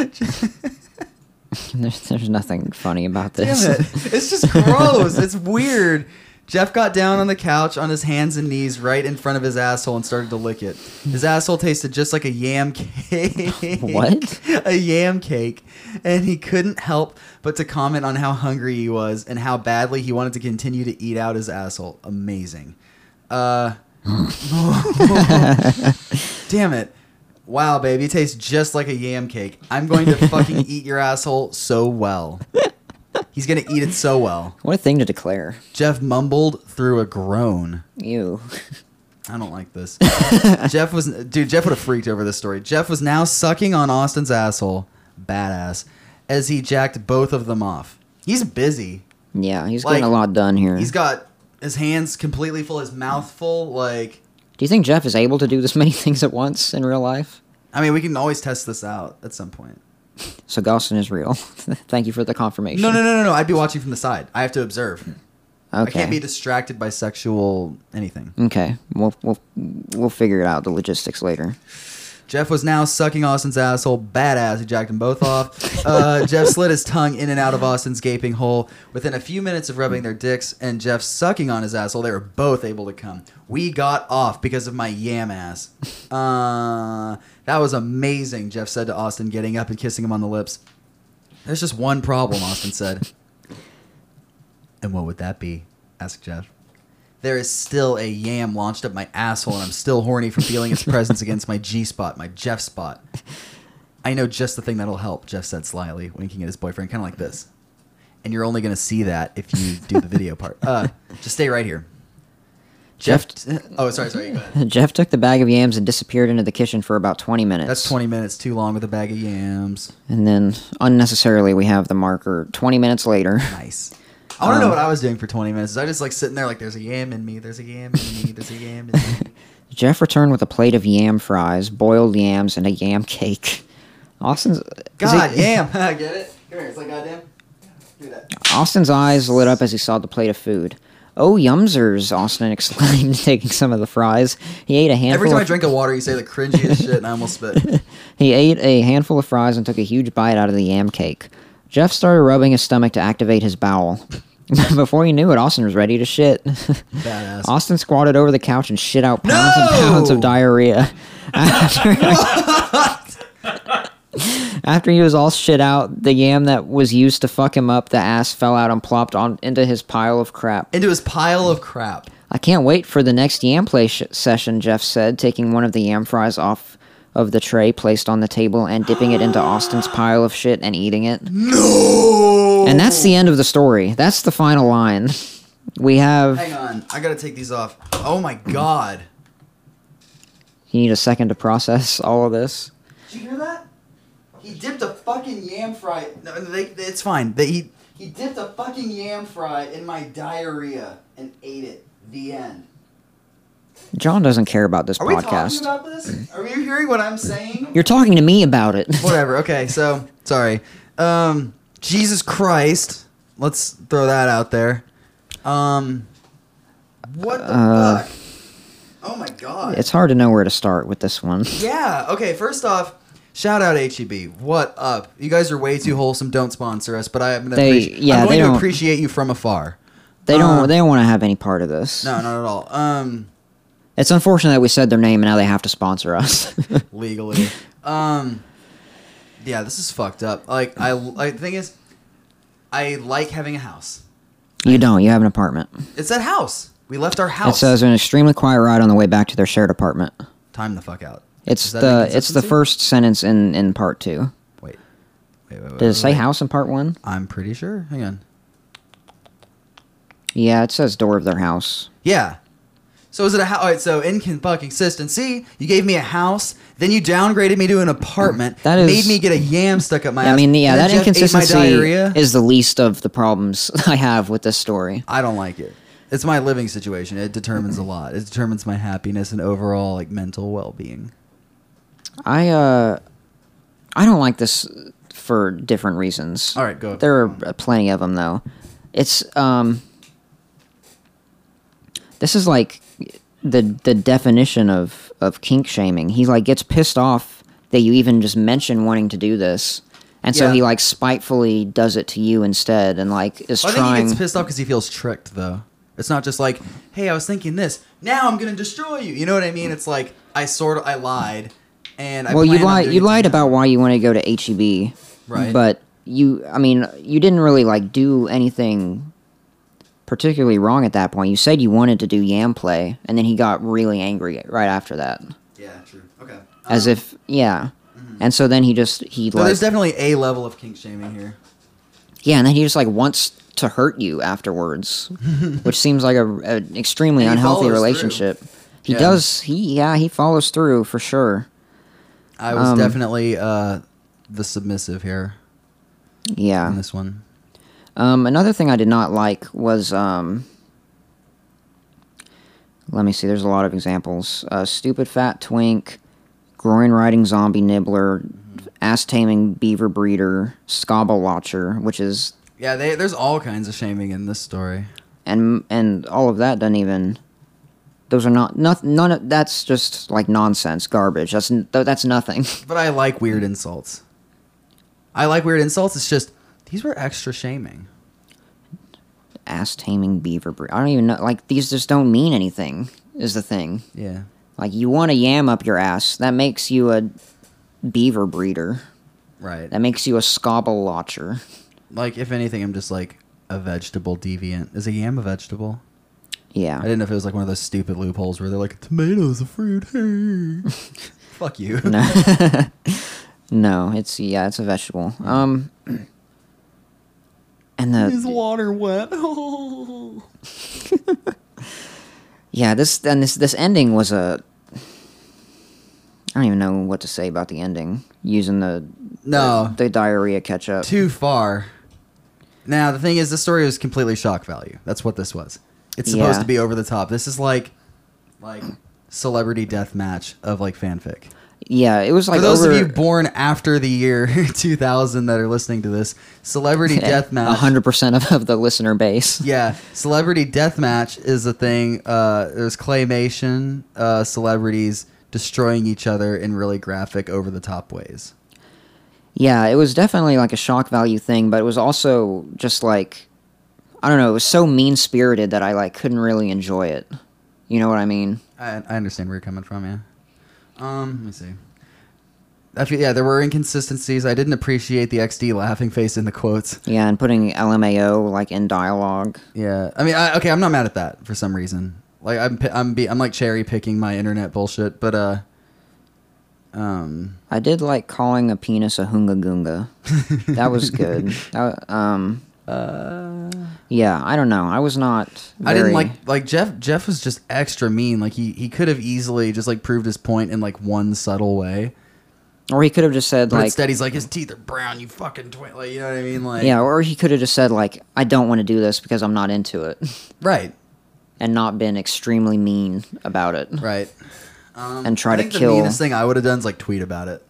[SPEAKER 1] There's, there's nothing funny about this.
[SPEAKER 2] Damn it. It's just gross. it's weird. Jeff got down on the couch on his hands and knees right in front of his asshole and started to lick it. His asshole tasted just like a yam cake.
[SPEAKER 1] What?
[SPEAKER 2] A yam cake. And he couldn't help but to comment on how hungry he was and how badly he wanted to continue to eat out his asshole. Amazing. Uh, damn it. Wow, baby, it tastes just like a yam cake. I'm going to fucking eat your asshole so well. He's gonna eat it so well.
[SPEAKER 1] What a thing to declare.
[SPEAKER 2] Jeff mumbled through a groan.
[SPEAKER 1] Ew.
[SPEAKER 2] I don't like this. Jeff was dude. Jeff would have freaked over this story. Jeff was now sucking on Austin's asshole, badass, as he jacked both of them off. He's busy.
[SPEAKER 1] Yeah, he's
[SPEAKER 2] Like,
[SPEAKER 1] getting a lot done here.
[SPEAKER 2] He's got his hands completely full, his mouth full. Like,
[SPEAKER 1] Do you think Jeff is able to do this many things at once in real life?
[SPEAKER 2] I mean, we can always test this out at some point.
[SPEAKER 1] So Gostin is real. Thank you for the confirmation.
[SPEAKER 2] No, no, no, no, no. I'd be watching from the side. I have to observe. I
[SPEAKER 1] Okay.
[SPEAKER 2] can't be distracted by sexual anything.
[SPEAKER 1] okay. We'll, we'll we'll figure it out the logistics later.
[SPEAKER 2] Jeff was now sucking Austin's asshole, badass. He jacked them both off. Uh, Jeff slid his tongue in and out of Austin's gaping hole. Within a few minutes of rubbing their dicks and Jeff sucking on his asshole, they were both able to come. We got off because of my yam ass. Uh, that was amazing, Jeff said to Austin, getting up and kissing him on the lips. There's just one problem, Austin said. and what would that be? asked Jeff. There is still a yam launched up my asshole, and I'm still horny from feeling its presence against my G spot, my Jeff spot. I know just the thing that'll help, Jeff said slyly, winking at his boyfriend, kind of like this. And you're only going to see that if you do the video part. Uh, just stay right here. Jeff.
[SPEAKER 1] Jeff-
[SPEAKER 2] T- oh, sorry, sorry. Go ahead.
[SPEAKER 1] Jeff took the bag of yams and disappeared into the kitchen for about 20 minutes.
[SPEAKER 2] That's 20 minutes too long with a bag of yams.
[SPEAKER 1] And then unnecessarily, we have the marker 20 minutes later.
[SPEAKER 2] Nice. I want to know
[SPEAKER 1] Um,
[SPEAKER 2] what I was doing for 20 minutes. Is I just like sitting there like, there's a yam in me, there's a yam in me, there's a yam in me.
[SPEAKER 1] Jeff returned with a plate of yam fries, boiled yams, and a yam cake. Austin's
[SPEAKER 2] God
[SPEAKER 1] is he-
[SPEAKER 2] yam. I get it. Come here. It's like goddamn. Do that.
[SPEAKER 1] Austin's eyes lit up as he saw the plate of food. Oh, yumzers! Austin exclaimed, taking some of the fries. He ate a handful.
[SPEAKER 2] Every time
[SPEAKER 1] of,
[SPEAKER 2] I drink a water, you say the cringiest shit, and I almost spit.
[SPEAKER 1] He ate a handful of fries and took a huge bite out of the yam cake. Jeff started rubbing his stomach to activate his bowel. Before he knew it, Austin was ready to shit.
[SPEAKER 2] Badass.
[SPEAKER 1] Austin squatted over the couch and shit out pounds and
[SPEAKER 2] No!
[SPEAKER 1] pounds of diarrhea. After, After he was all shit out, the yam that was used to fuck him up, the ass fell out and plopped on into his pile of crap.
[SPEAKER 2] Into his pile of crap.
[SPEAKER 1] I can't wait for the next yam play sh- session, Jeff said, taking one of the yam fries off of the tray placed on the table and dipping it into Austin's pile of shit and eating it.
[SPEAKER 2] No.
[SPEAKER 1] And that's the end of the story. That's the final line. We have.
[SPEAKER 2] Hang on. I gotta take these off. Oh my god.
[SPEAKER 1] You need a second to process all of this.
[SPEAKER 2] Did you hear that? He dipped a fucking yam fry. No, they, it's fine. They, he he dipped a fucking yam fry in my diarrhea and ate it. The end.
[SPEAKER 1] John doesn't care about this
[SPEAKER 2] Are we talking
[SPEAKER 1] podcast.
[SPEAKER 2] about this? Are you hearing what I'm saying?
[SPEAKER 1] You're talking to me about it.
[SPEAKER 2] whatever. Okay, so sorry. Um, Jesus Christ. Let's throw that out there. Um, what the
[SPEAKER 1] Uh,
[SPEAKER 2] fuck? Oh my god.
[SPEAKER 1] it's hard to know where to start with this one.
[SPEAKER 2] yeah. Okay. First off, shout out HEB. What up? You guys are way too wholesome. Don't sponsor us, but I am gonna.
[SPEAKER 1] They-
[SPEAKER 2] appreci-
[SPEAKER 1] yeah,
[SPEAKER 2] I'm
[SPEAKER 1] they
[SPEAKER 2] going to
[SPEAKER 1] don't-
[SPEAKER 2] appreciate you from afar.
[SPEAKER 1] They don't.
[SPEAKER 2] Uh,
[SPEAKER 1] they don't want to have any part of this.
[SPEAKER 2] No, not at all. Um,
[SPEAKER 1] It's unfortunate that we said their name and now they have to sponsor us.
[SPEAKER 2] legally. Um, yeah, this is fucked up. Like, I, I the thing is, I like having a house.
[SPEAKER 1] you don't. You have an apartment.
[SPEAKER 2] It's that house. We left our house.
[SPEAKER 1] It says an extremely quiet ride on the way back to their shared apartment.
[SPEAKER 2] Time the fuck out.
[SPEAKER 1] It's
[SPEAKER 2] Does that make
[SPEAKER 1] the it's the
[SPEAKER 2] consistency?
[SPEAKER 1] first sentence in in part two.
[SPEAKER 2] Wait. Wait, wait, wait.
[SPEAKER 1] Does it
[SPEAKER 2] wait,
[SPEAKER 1] say
[SPEAKER 2] wait.
[SPEAKER 1] house in part one?
[SPEAKER 2] I'm pretty sure. Hang on.
[SPEAKER 1] Yeah, it says door of their house.
[SPEAKER 2] Yeah. So is it a house? All right. So in con- fucking consistency, you gave me a house, then you downgraded me to an apartment.
[SPEAKER 1] That is-
[SPEAKER 2] made me get a yam stuck up my.
[SPEAKER 1] I
[SPEAKER 2] ass,
[SPEAKER 1] mean, yeah,
[SPEAKER 2] and then
[SPEAKER 1] that
[SPEAKER 2] Jeff ate my
[SPEAKER 1] inconsistency
[SPEAKER 2] diarrhea.
[SPEAKER 1] is the least of the problems I have with this story.
[SPEAKER 2] I don't like it. It's my living situation. It determines a lot. It determines my happiness and overall like mental well being.
[SPEAKER 1] I uh, I don't like this for different reasons.
[SPEAKER 2] All right, go.
[SPEAKER 1] There are plenty of them though. It's um, this is like the the definition of of kink shaming. He like gets pissed off that you even just mention wanting to do this, and so
[SPEAKER 2] Yeah.
[SPEAKER 1] he like spitefully does it to you instead, and like is
[SPEAKER 2] I think he
[SPEAKER 1] trying.
[SPEAKER 2] gets pissed off because he feels tricked, though. It's not just like, "Hey, I was thinking this. Now I'm gonna destroy you." You know what I mean? It's like I sort of I lied, and I
[SPEAKER 1] well, you
[SPEAKER 2] plan on
[SPEAKER 1] lied.
[SPEAKER 2] doing
[SPEAKER 1] You lied
[SPEAKER 2] things-
[SPEAKER 1] about why you want to go to HEB,
[SPEAKER 2] Right.
[SPEAKER 1] But you, I mean, you didn't really like do anything particularly wrong at that point. You said you wanted to do yam play, and then he got really angry right after that,
[SPEAKER 2] Yeah, true. Okay.
[SPEAKER 1] as if yeah.
[SPEAKER 2] Mm-hmm.
[SPEAKER 1] And so then he just he
[SPEAKER 2] So
[SPEAKER 1] like
[SPEAKER 2] there's definitely a level of kink shaming here.
[SPEAKER 1] yeah, and then he just like wants to hurt you afterwards, which seems like a, an extremely
[SPEAKER 2] And he
[SPEAKER 1] unhealthy
[SPEAKER 2] follows through.
[SPEAKER 1] relationship. He
[SPEAKER 2] Yeah.
[SPEAKER 1] does. He yeah, he follows through for sure.
[SPEAKER 2] I was
[SPEAKER 1] Um,
[SPEAKER 2] definitely uh, the submissive here
[SPEAKER 1] Yeah.
[SPEAKER 2] in this one.
[SPEAKER 1] Um, another thing I did not like was, um, let me see, there's a lot of examples. Uh, stupid fat twink, groin riding zombie nibbler, ass taming beaver breeder, scabble watcher, which is,
[SPEAKER 2] Yeah, they, there's all kinds of shaming in this story.
[SPEAKER 1] and, and all of that doesn't even, those are not, not none of, that's just like nonsense, garbage. That's, n- th- that's nothing.
[SPEAKER 2] But I like weird insults. I like weird insults. It's just these were extra shaming.
[SPEAKER 1] ass taming beaver breeder. I don't even know, like, these just don't mean anything, is the thing.
[SPEAKER 2] Yeah.
[SPEAKER 1] Like you want to yam up your ass. That makes you a beaver breeder.
[SPEAKER 2] Right.
[SPEAKER 1] That makes you a scobble watcher.
[SPEAKER 2] Like, if anything, I'm just like a vegetable deviant. Is a yam a vegetable? I
[SPEAKER 1] Yeah.
[SPEAKER 2] didn't know if it was like one of those stupid loopholes where they're like, tomatoes a fruit. Hey. Fuck you.
[SPEAKER 1] No. no, it's yeah, it's a vegetable. Um and
[SPEAKER 2] Is
[SPEAKER 1] the
[SPEAKER 2] water wet? yeah,
[SPEAKER 1] yeah, this and this this ending was a I don't even know what to say about the ending using the
[SPEAKER 2] No.
[SPEAKER 1] the, the diarrhea ketchup.
[SPEAKER 2] Too far. Now, the thing is, this story was completely shock value. That's what this was. It's supposed
[SPEAKER 1] Yeah.
[SPEAKER 2] to be over the top. This is like, like, celebrity death match of like fanfic.
[SPEAKER 1] yeah, it was like
[SPEAKER 2] For those
[SPEAKER 1] over
[SPEAKER 2] of you born after the year 2000 that are listening to this, celebrity
[SPEAKER 1] eh,
[SPEAKER 2] death match.
[SPEAKER 1] 100% of, of the listener base.
[SPEAKER 2] Yeah, celebrity deathmatch is a thing. Uh, there's claymation, uh, celebrities destroying each other in really graphic, over the top ways.
[SPEAKER 1] Yeah, it was definitely like a shock value thing, but it was also just like I don't know, it was so mean spirited that I like couldn't really enjoy it. You know what I mean?
[SPEAKER 2] I, I understand where you're coming from, yeah. Um, let me see. I feel, yeah, there were inconsistencies. I didn't appreciate the XD laughing face in the quotes.
[SPEAKER 1] Yeah, and putting LMAO like in dialogue.
[SPEAKER 2] Yeah, I mean, I, okay, I'm not mad at that for some reason. Like I'm, pi- I'm, be, I'm like cherry picking my internet bullshit, but uh, um,
[SPEAKER 1] I did like calling a penis a hunga goonga. That was good. that, um Yeah, I don't know. I was not
[SPEAKER 2] Uh. I
[SPEAKER 1] very-
[SPEAKER 2] didn't like like Jeff. Jeff was just extra mean. Like he he could have easily just like proved his point in like one subtle way,
[SPEAKER 1] or he could have just said
[SPEAKER 2] but
[SPEAKER 1] like
[SPEAKER 2] instead he's like his teeth are brown. You fucking twin. Like you know what I mean? Like
[SPEAKER 1] Yeah, or he could have just said like I don't want to do this because I'm not into it
[SPEAKER 2] right,
[SPEAKER 1] and not been extremely mean about it.
[SPEAKER 2] right. Um,
[SPEAKER 1] And try
[SPEAKER 2] I
[SPEAKER 1] to
[SPEAKER 2] think
[SPEAKER 1] kill-
[SPEAKER 2] The meanest thing I would have done is like tweet about it.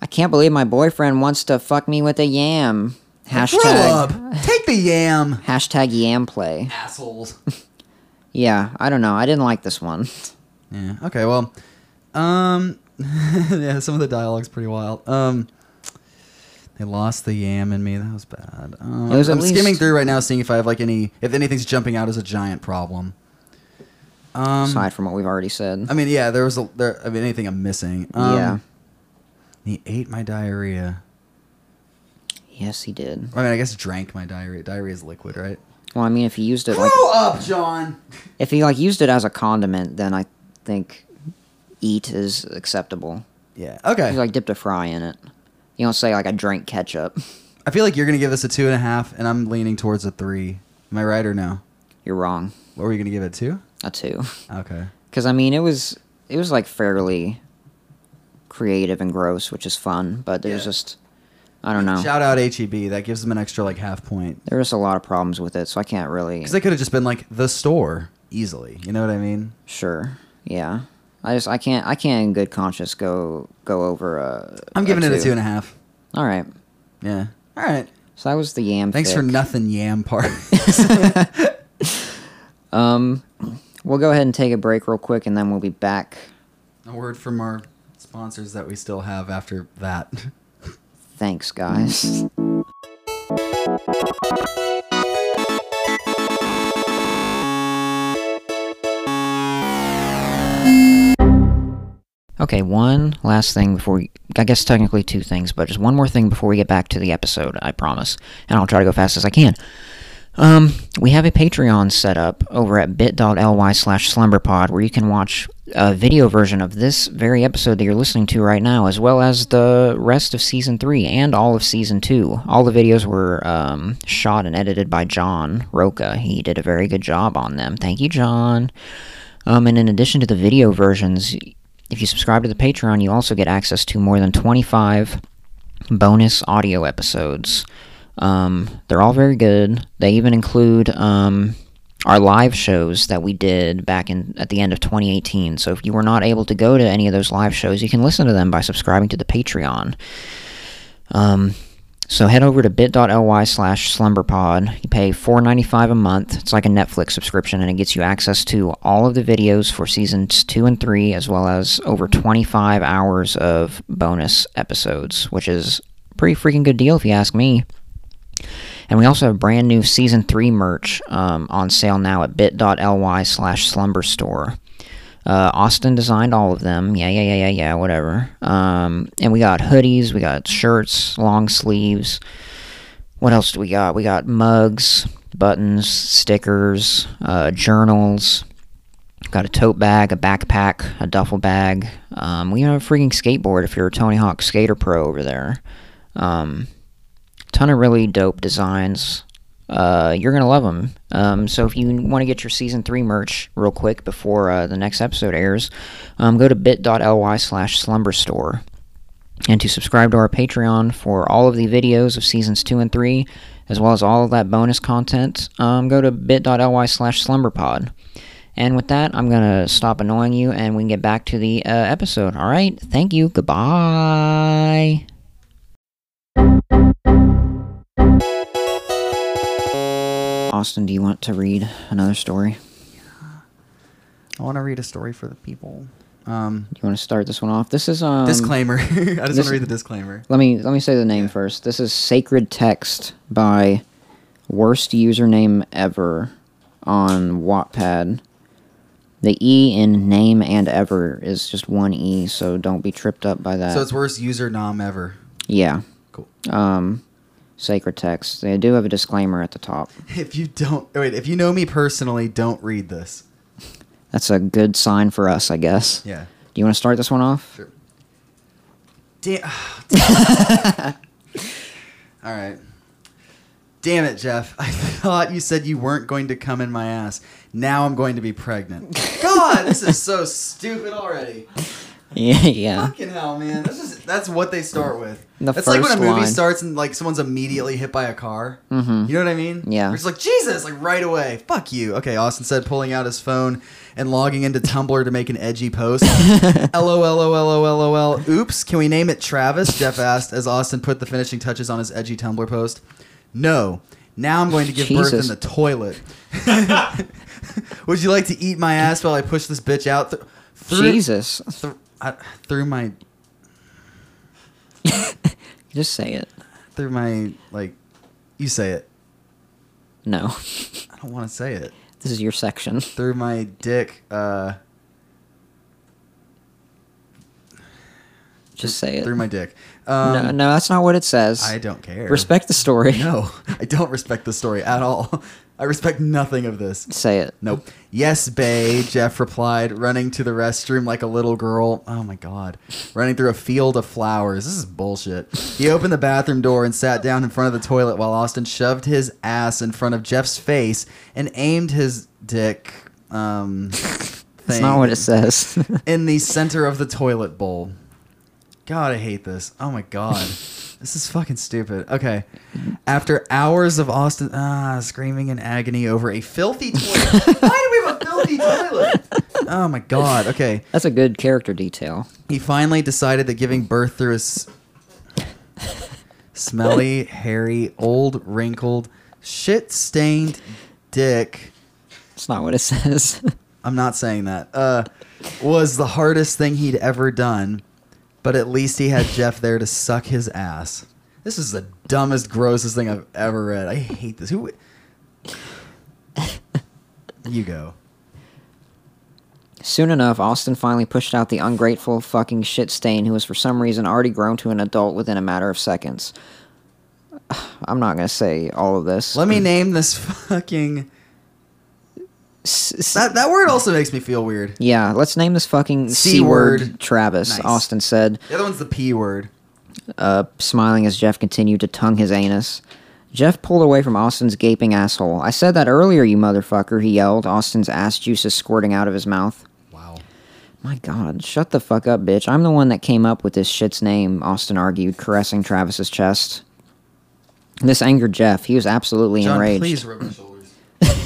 [SPEAKER 1] I can't believe my boyfriend wants to fuck me with a yam. Hashtag
[SPEAKER 2] Grow up. Take the yam,
[SPEAKER 1] hashtag yam play.
[SPEAKER 2] assholes.
[SPEAKER 1] Yeah, I don't know. I didn't like this one.
[SPEAKER 2] Yeah. Okay. Well, um, yeah. Some of the dialogue's pretty wild. Um, they lost the yam in me. That was bad. Um,
[SPEAKER 1] It was at
[SPEAKER 2] I'm skimming
[SPEAKER 1] least-
[SPEAKER 2] through right now, seeing if I have like any, if anything's jumping out as a giant problem. Um,
[SPEAKER 1] aside from what we've already said.
[SPEAKER 2] I mean, yeah. There was a there. I mean, anything I'm missing. Um,
[SPEAKER 1] yeah.
[SPEAKER 2] He ate my diarrhea.
[SPEAKER 1] Yes, he did.
[SPEAKER 2] I mean, I guess drank my diarrhea. Diarrhea is liquid, right?
[SPEAKER 1] Well, I mean, if he used it like
[SPEAKER 2] Grow up, John.
[SPEAKER 1] if he like used it as a condiment, then I think eat is acceptable.
[SPEAKER 2] Yeah. Okay.
[SPEAKER 1] He like dipped a fry in it. You don't say like I drank ketchup.
[SPEAKER 2] I feel like you're gonna give this a two and a half, and I'm leaning towards a three. Am I right or no?
[SPEAKER 1] You're wrong.
[SPEAKER 2] What were you gonna give it two?
[SPEAKER 1] A two.
[SPEAKER 2] Okay.
[SPEAKER 1] Because I mean, it was it was like fairly creative and gross, which is fun. But there's
[SPEAKER 2] Yeah.
[SPEAKER 1] just I don't know.
[SPEAKER 2] Shout out HEB. That gives them an extra like half point.
[SPEAKER 1] There was a lot of problems with it, so I can't really.
[SPEAKER 2] Because they could have just been like the store easily. You know what I mean?
[SPEAKER 1] Sure. Yeah. I just I can't I can't in good conscience go go over a.
[SPEAKER 2] I'm giving it a two and a half.
[SPEAKER 1] All right.
[SPEAKER 2] Yeah. All right.
[SPEAKER 1] So that was the yam.
[SPEAKER 2] Thanks for
[SPEAKER 1] fic.
[SPEAKER 2] nothing, Yam Part.
[SPEAKER 1] Um, we'll go ahead and take a break real quick, and then we'll be back.
[SPEAKER 2] a word from our sponsors that we still have after that.
[SPEAKER 1] Thanks, guys. Okay, one last thing before we, I guess technically two things, but just one more thing before we get back to the episode, I promise. And I'll try to go fast as I can. Um, we have a Patreon set up over at bit.ly slash slumberpod where you can watch a video version of this very episode that you're listening to right now, as well as the rest of season three and all of season two. All the videos were um, shot and edited by John Roca. He did a very good job on them. Thank you, John. Um, and in addition to the video versions, if you subscribe to the Patreon, you also get access to more than 25 bonus audio episodes. Um, they're all very good. They even include um, our live shows that we did back in at the end of 2018. So if you were not able to go to any of those live shows, you can listen to them by subscribing to the Patreon. Um, so head over to bit.ly slash slumberpod. You pay $4.95 a month. It's like a Netflix subscription, and it gets you access to all of the videos for seasons two and three, as well as over 25 hours of bonus episodes, which is a pretty freaking good deal if you ask me. And we also have brand new season three merch um, on sale now at bit.ly slash slumber store. Uh, Austin designed all of them. Yeah, yeah, yeah, yeah, yeah, whatever. Um, and we got hoodies, we got shirts, long sleeves. What else do we got? We got mugs, buttons, stickers, uh, journals. Got a tote bag, a backpack, a duffel bag. Um, we have a freaking skateboard if you're a Tony Hawk Skater Pro over there. Um, ton of really dope designs. Uh, you're gonna love them. Um, so if you want to get your season three merch real quick before uh, the next episode airs, um, go to bit.ly/slash slumber store and to subscribe to our Patreon for all of the videos of seasons two and three, as well as all of that bonus content. Um, go to bit.ly/slash slumberpod. And with that, I'm gonna stop annoying you, and we can get back to the uh, episode. All right, thank you. Goodbye. Austin, do you want to read another story?
[SPEAKER 2] I want to read a story for the people. Um,
[SPEAKER 1] Do you want to start this one off? This is um.
[SPEAKER 2] disclaimer. I just want
[SPEAKER 1] this-
[SPEAKER 2] to read the disclaimer.
[SPEAKER 1] Let me let me say the name first. This is Sacred Text by worst username ever on Wattpad. The E in name and ever is just one E, so don't be tripped up by that.
[SPEAKER 2] So it's worst user nom ever.
[SPEAKER 1] yeah.
[SPEAKER 2] Cool.
[SPEAKER 1] Um, sacred text. They do have a disclaimer at the top.
[SPEAKER 2] If you don't wait, if you know me personally, don't read this.
[SPEAKER 1] That's a good sign for us, I guess.
[SPEAKER 2] Yeah.
[SPEAKER 1] Do you want to start this one off?
[SPEAKER 2] Sure. Damn. All right. Damn it, Jeff. I thought you said you weren't going to come in my ass. Now I'm going to be pregnant. God, this is so stupid already.
[SPEAKER 1] Yeah, yeah.
[SPEAKER 2] Fucking hell, man. That's just that's what they start with.
[SPEAKER 1] The
[SPEAKER 2] that's like when a
[SPEAKER 1] first
[SPEAKER 2] movie
[SPEAKER 1] line.
[SPEAKER 2] starts and like someone's immediately hit by a car.
[SPEAKER 1] Mhm.
[SPEAKER 2] You know what I mean?
[SPEAKER 1] Yeah.
[SPEAKER 2] We're just like Jesus, like right away. Fuck you. Okay, Austin said, pulling out his phone and logging into Tumblr to make an edgy post. LOLOLOLOL. Oops. Can we name it Travis? Jeff asked as Austin put the finishing touches on his edgy Tumblr post. No. Now I'm going to give birth
[SPEAKER 1] Jesus.
[SPEAKER 2] in the toilet. Would you like to eat my ass while I push this bitch out? Th- through-
[SPEAKER 1] Jesus.
[SPEAKER 2] Th- I, through my
[SPEAKER 1] Just say it.
[SPEAKER 2] through my like you say it
[SPEAKER 1] No.
[SPEAKER 2] i don't want to say it
[SPEAKER 1] this is your section.
[SPEAKER 2] through my dick uh
[SPEAKER 1] Just say it.
[SPEAKER 2] through my dick um
[SPEAKER 1] no, no, that's not what it says.
[SPEAKER 2] i don't care
[SPEAKER 1] Respect the story.
[SPEAKER 2] no i don't respect the story at all i respect nothing of this
[SPEAKER 1] Say it.
[SPEAKER 2] nope yes bae jeff replied running to the restroom like a little girl oh my god running through a field of flowers this is bullshit he opened the bathroom door and sat down in front of the toilet while austin shoved his ass in front of jeff's face and aimed his dick um
[SPEAKER 1] That's
[SPEAKER 2] thing
[SPEAKER 1] not what it says.
[SPEAKER 2] in the center of the toilet bowl. God, I hate this. Oh my god. This is fucking stupid. Okay. After hours of Austin ah, screaming in agony over a filthy toilet. Why do we have a filthy toilet? Oh my god. Okay.
[SPEAKER 1] That's a good character detail.
[SPEAKER 2] He finally decided that giving birth through his smelly, hairy, old, wrinkled, shit stained dick.
[SPEAKER 1] That's not what it says.
[SPEAKER 2] I'm not saying that. Uh, was the hardest thing he'd ever done, but at least he had Jeff there to suck his ass. This is the dumbest, grossest thing I've ever read. I hate this. Who? You go.
[SPEAKER 1] Soon enough, Austin finally pushed out the ungrateful fucking shit stain who was for some reason already grown to an adult within a matter of seconds. I'm not gonna say all of this.
[SPEAKER 2] Let me name this fucking.
[SPEAKER 1] S- s-
[SPEAKER 2] That that word also makes me feel weird.
[SPEAKER 1] yeah, let's name this fucking
[SPEAKER 2] C
[SPEAKER 1] C word
[SPEAKER 2] word.
[SPEAKER 1] Travis,
[SPEAKER 2] Nice.
[SPEAKER 1] Austin said,
[SPEAKER 2] The other one's the p word.
[SPEAKER 1] uh, smiling as Jeff continued to tongue his anus. Jeff pulled away from Austin's gaping asshole. I said that earlier, you motherfucker, he yelled, Austin's ass juices squirting out of his mouth.
[SPEAKER 2] Wow.
[SPEAKER 1] My god, shut the fuck up, bitch. I'm the one that came up with this shit's name, Austin argued, caressing Travis's chest. This angered Jeff. He was absolutely
[SPEAKER 2] John,
[SPEAKER 1] enraged.
[SPEAKER 2] please rub my shoulders.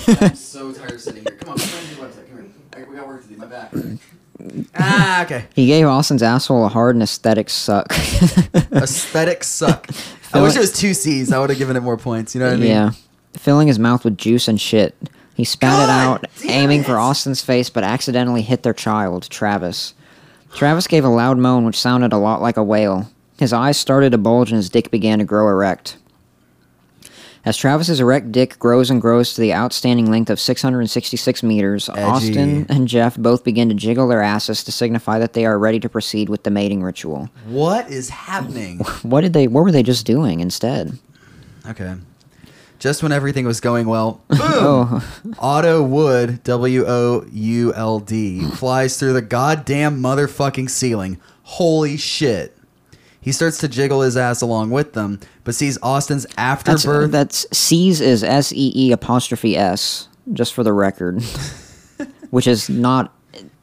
[SPEAKER 4] I'm so tired of sitting here. Come on, come on, do one sec, come here. I, we got work to do. My back.
[SPEAKER 2] ah, okay.
[SPEAKER 1] He gave Austin's asshole a hard and aesthetic suck.
[SPEAKER 2] Aesthetics suck. I wish it was two C's. I would have given it more points. You know what I mean?
[SPEAKER 1] yeah. Filling his mouth with juice and shit. He spat it
[SPEAKER 2] God
[SPEAKER 1] out,
[SPEAKER 2] damn
[SPEAKER 1] aiming
[SPEAKER 2] it.
[SPEAKER 1] for Austin's face, but accidentally hit their child, Travis. Travis gave a loud moan which sounded a lot like a wail. His eyes started to bulge and his dick began to grow erect. As Travis's erect dick grows and grows to the outstanding length of 666 meters, Austin and Jeff both begin to jiggle their asses to signify that they are ready to proceed with the mating ritual.
[SPEAKER 2] What is happening?
[SPEAKER 1] What did they what were they just doing instead?
[SPEAKER 2] Okay. Just when everything was going well, boom!
[SPEAKER 1] Oh,
[SPEAKER 2] Otto Wood, W O U L D, flies through the goddamn motherfucking ceiling. Holy shit. He starts to jiggle his ass along with them, but sees Austin's
[SPEAKER 1] that's,
[SPEAKER 2] afterbirth.
[SPEAKER 1] that's C's is S E E apostrophe S, just for the record. Which is not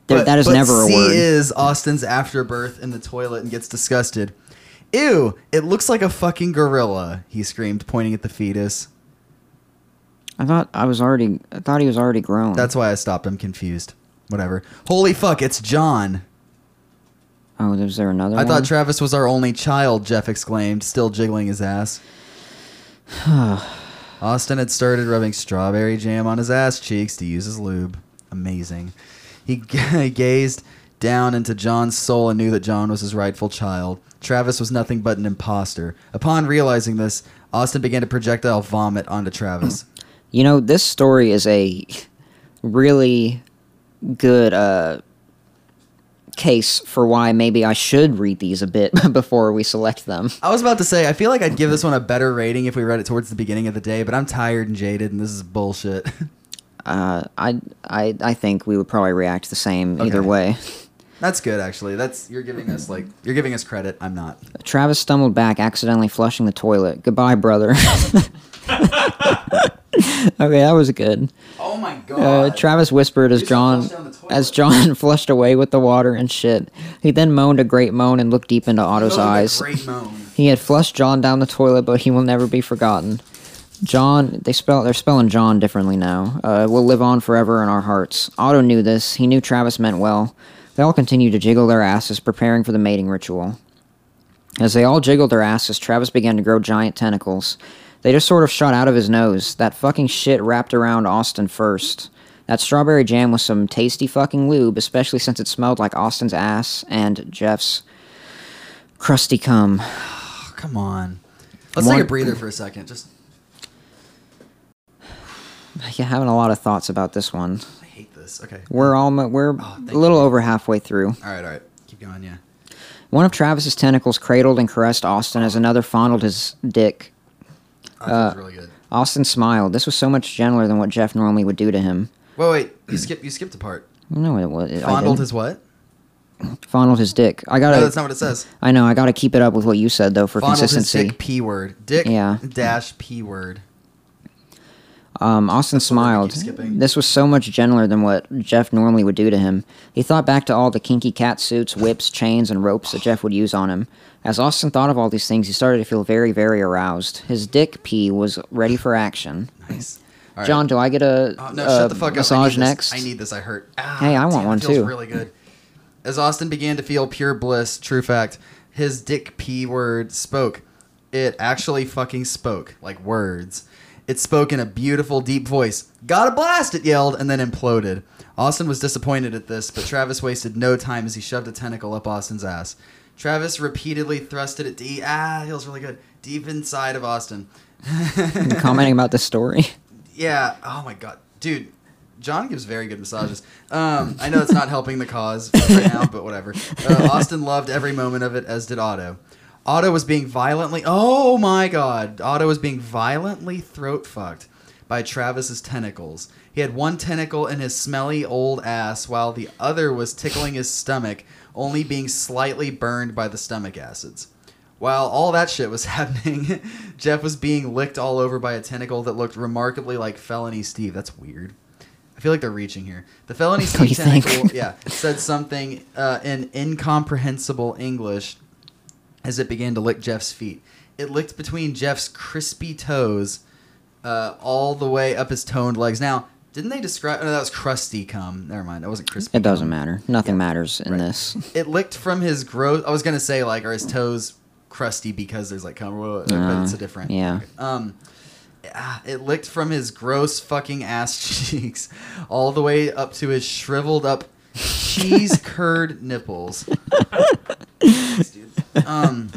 [SPEAKER 1] there,
[SPEAKER 2] but-
[SPEAKER 1] that is
[SPEAKER 2] but
[SPEAKER 1] never a
[SPEAKER 2] C
[SPEAKER 1] word.
[SPEAKER 2] is Austin's afterbirth in the toilet and gets disgusted. Ew, it looks like a fucking gorilla, he screamed, pointing at the fetus.
[SPEAKER 1] I thought I was already I thought he was already grown.
[SPEAKER 2] That's why I stopped. I'm confused. Whatever. Holy fuck, it's John.
[SPEAKER 1] Oh, is there another
[SPEAKER 2] I
[SPEAKER 1] one?
[SPEAKER 2] thought Travis was our only child, Jeff exclaimed, still jiggling his ass. Austin had started rubbing strawberry jam on his ass cheeks to use as lube. Amazing. He g- gazed down into John's soul and knew that John was his rightful child. Travis was nothing but an imposter. Upon realizing this, Austin began to projectile vomit onto Travis.
[SPEAKER 1] You know, this story is a really good uh, case for why maybe I should read these a bit before we select them.
[SPEAKER 2] I was about to say, I feel like I'd give this one a better rating if we read it towards the beginning of the day, but I'm tired and jaded, and this is bullshit.
[SPEAKER 1] Uh, I, I, I think we would probably react the same either
[SPEAKER 2] Okay.
[SPEAKER 1] way.
[SPEAKER 2] That's good, actually. That's you're giving us like you're giving us credit. I'm not.
[SPEAKER 1] Travis stumbled back, accidentally flushing the toilet. Goodbye, brother. okay, that was good.
[SPEAKER 4] Oh my god.
[SPEAKER 1] Uh, Travis whispered as
[SPEAKER 4] You should
[SPEAKER 1] John
[SPEAKER 4] flush down the toilet.
[SPEAKER 1] as John flushed away with the water and shit. He then moaned a great moan and looked deep into Otto's
[SPEAKER 2] That was
[SPEAKER 1] eyes.
[SPEAKER 2] a Great moan.
[SPEAKER 1] He had flushed John down the toilet, but he will never be forgotten. John, they spell they're spelling John differently now. Uh, will live on forever in our hearts. Otto knew this. He knew Travis meant well. They all continued to jiggle their asses, preparing for the mating ritual. As they all jiggled their asses, Travis began to grow giant tentacles. They just sort of shot out of his nose. That fucking shit wrapped around Austin first. That strawberry jam was some tasty fucking lube, especially since it smelled like Austin's ass and Jeff's crusty cum.
[SPEAKER 2] Oh, come on. Let's
[SPEAKER 1] One-
[SPEAKER 2] take a breather for a second. Just
[SPEAKER 1] Yeah, having a lot of thoughts about this one.
[SPEAKER 2] I hate this. Okay.
[SPEAKER 1] We're almo we're
[SPEAKER 2] Oh, thank
[SPEAKER 1] a little over halfway through.
[SPEAKER 2] All right. All right. Keep going. Yeah.
[SPEAKER 1] One of Travis's tentacles cradled and caressed Austin as another fondled his dick.
[SPEAKER 2] Oh, that
[SPEAKER 1] Uh,
[SPEAKER 2] was really good.
[SPEAKER 1] Austin smiled. This was so much gentler than what Jeff normally would do to him.
[SPEAKER 2] Wait, wait. You skip. You skipped a part.
[SPEAKER 1] No, it was I
[SPEAKER 2] Fondled
[SPEAKER 1] didn't.
[SPEAKER 2] his what?
[SPEAKER 1] fondled his dick. I gotta.
[SPEAKER 2] No, that's not what it says.
[SPEAKER 1] I know. I gotta keep it up with what you said though for
[SPEAKER 2] Fondled his
[SPEAKER 1] consistency.
[SPEAKER 2] dick. P word. Dick.
[SPEAKER 1] Yeah.
[SPEAKER 2] Dash. P word.
[SPEAKER 1] Um, Austin smiled. This was so much gentler than what Jeff normally would do to him. He thought back to all the kinky cat suits, whips, chains, and ropes that Jeff would use on him. As Austin thought of all these things, he started to feel very, very aroused. His dick pee was ready for action.
[SPEAKER 2] Nice. All right.
[SPEAKER 1] John, do I get a
[SPEAKER 2] Oh, no,
[SPEAKER 1] uh,
[SPEAKER 2] shut the fuck up. I need
[SPEAKER 1] massage
[SPEAKER 2] this.
[SPEAKER 1] next?
[SPEAKER 2] I need this. I hurt. Ah,
[SPEAKER 1] Hey, I want
[SPEAKER 2] damn, it
[SPEAKER 1] one,
[SPEAKER 2] feels
[SPEAKER 1] too.
[SPEAKER 2] Really good. As Austin began to feel pure bliss, true fact, his dick p word spoke. It actually fucking spoke like words. It spoke in a beautiful, deep voice. Gotta blast! It yelled and then imploded. Austin was disappointed at this, but Travis wasted no time as he shoved a tentacle up Austin's ass. Travis repeatedly thrusted it deep. Ah, it feels really good. Deep inside of Austin.
[SPEAKER 1] Commenting about this story.
[SPEAKER 2] Yeah. Oh my god, dude. John gives very good massages. Um, I know it's not helping the cause right now, but whatever. Uh, Austin loved every moment of it, as did Otto. Otto was being violently. Oh my god, Otto was being violently throat fucked by Travis's tentacles. He had one tentacle in his smelly old ass, while the other was tickling his stomach, only being slightly burned by the stomach acids. While all that shit was happening, Jeff was being licked all over by a tentacle that looked remarkably like Felony Steve. That's weird. I feel like they're reaching here. The Felony
[SPEAKER 1] What do
[SPEAKER 2] Steve
[SPEAKER 1] you think?
[SPEAKER 2] tentacle, yeah, said something uh, in incomprehensible English as it began to lick Jeff's feet. It licked between Jeff's crispy toes, uh, all the way up his toned legs. Now, didn't they describe? No, that was crusty cum. Never mind, that wasn't crispy.
[SPEAKER 1] It doesn't matter. Nothing matters in
[SPEAKER 2] Right.
[SPEAKER 1] this.
[SPEAKER 2] It licked from his gross. I was gonna say like, are his toes crusty because there's like cum? Whoa, but it's a
[SPEAKER 1] Uh,
[SPEAKER 2] different.
[SPEAKER 1] yeah.
[SPEAKER 2] Um, ah, it licked from his gross fucking ass cheeks all the way up to his shriveled up cheese curd nipples. Um,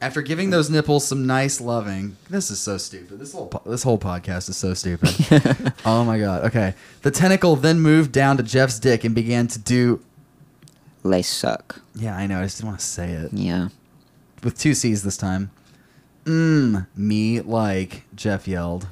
[SPEAKER 2] after giving those nipples some nice loving, this is so stupid. This whole po- this whole podcast is so stupid. oh my god. Okay. The tentacle then moved down to Jeff's dick and began to do.
[SPEAKER 1] They suck.
[SPEAKER 2] Yeah, I know. I just didn't want to say it
[SPEAKER 1] Yeah.
[SPEAKER 2] with two C's this time. Mmm, me like Jeff yelled.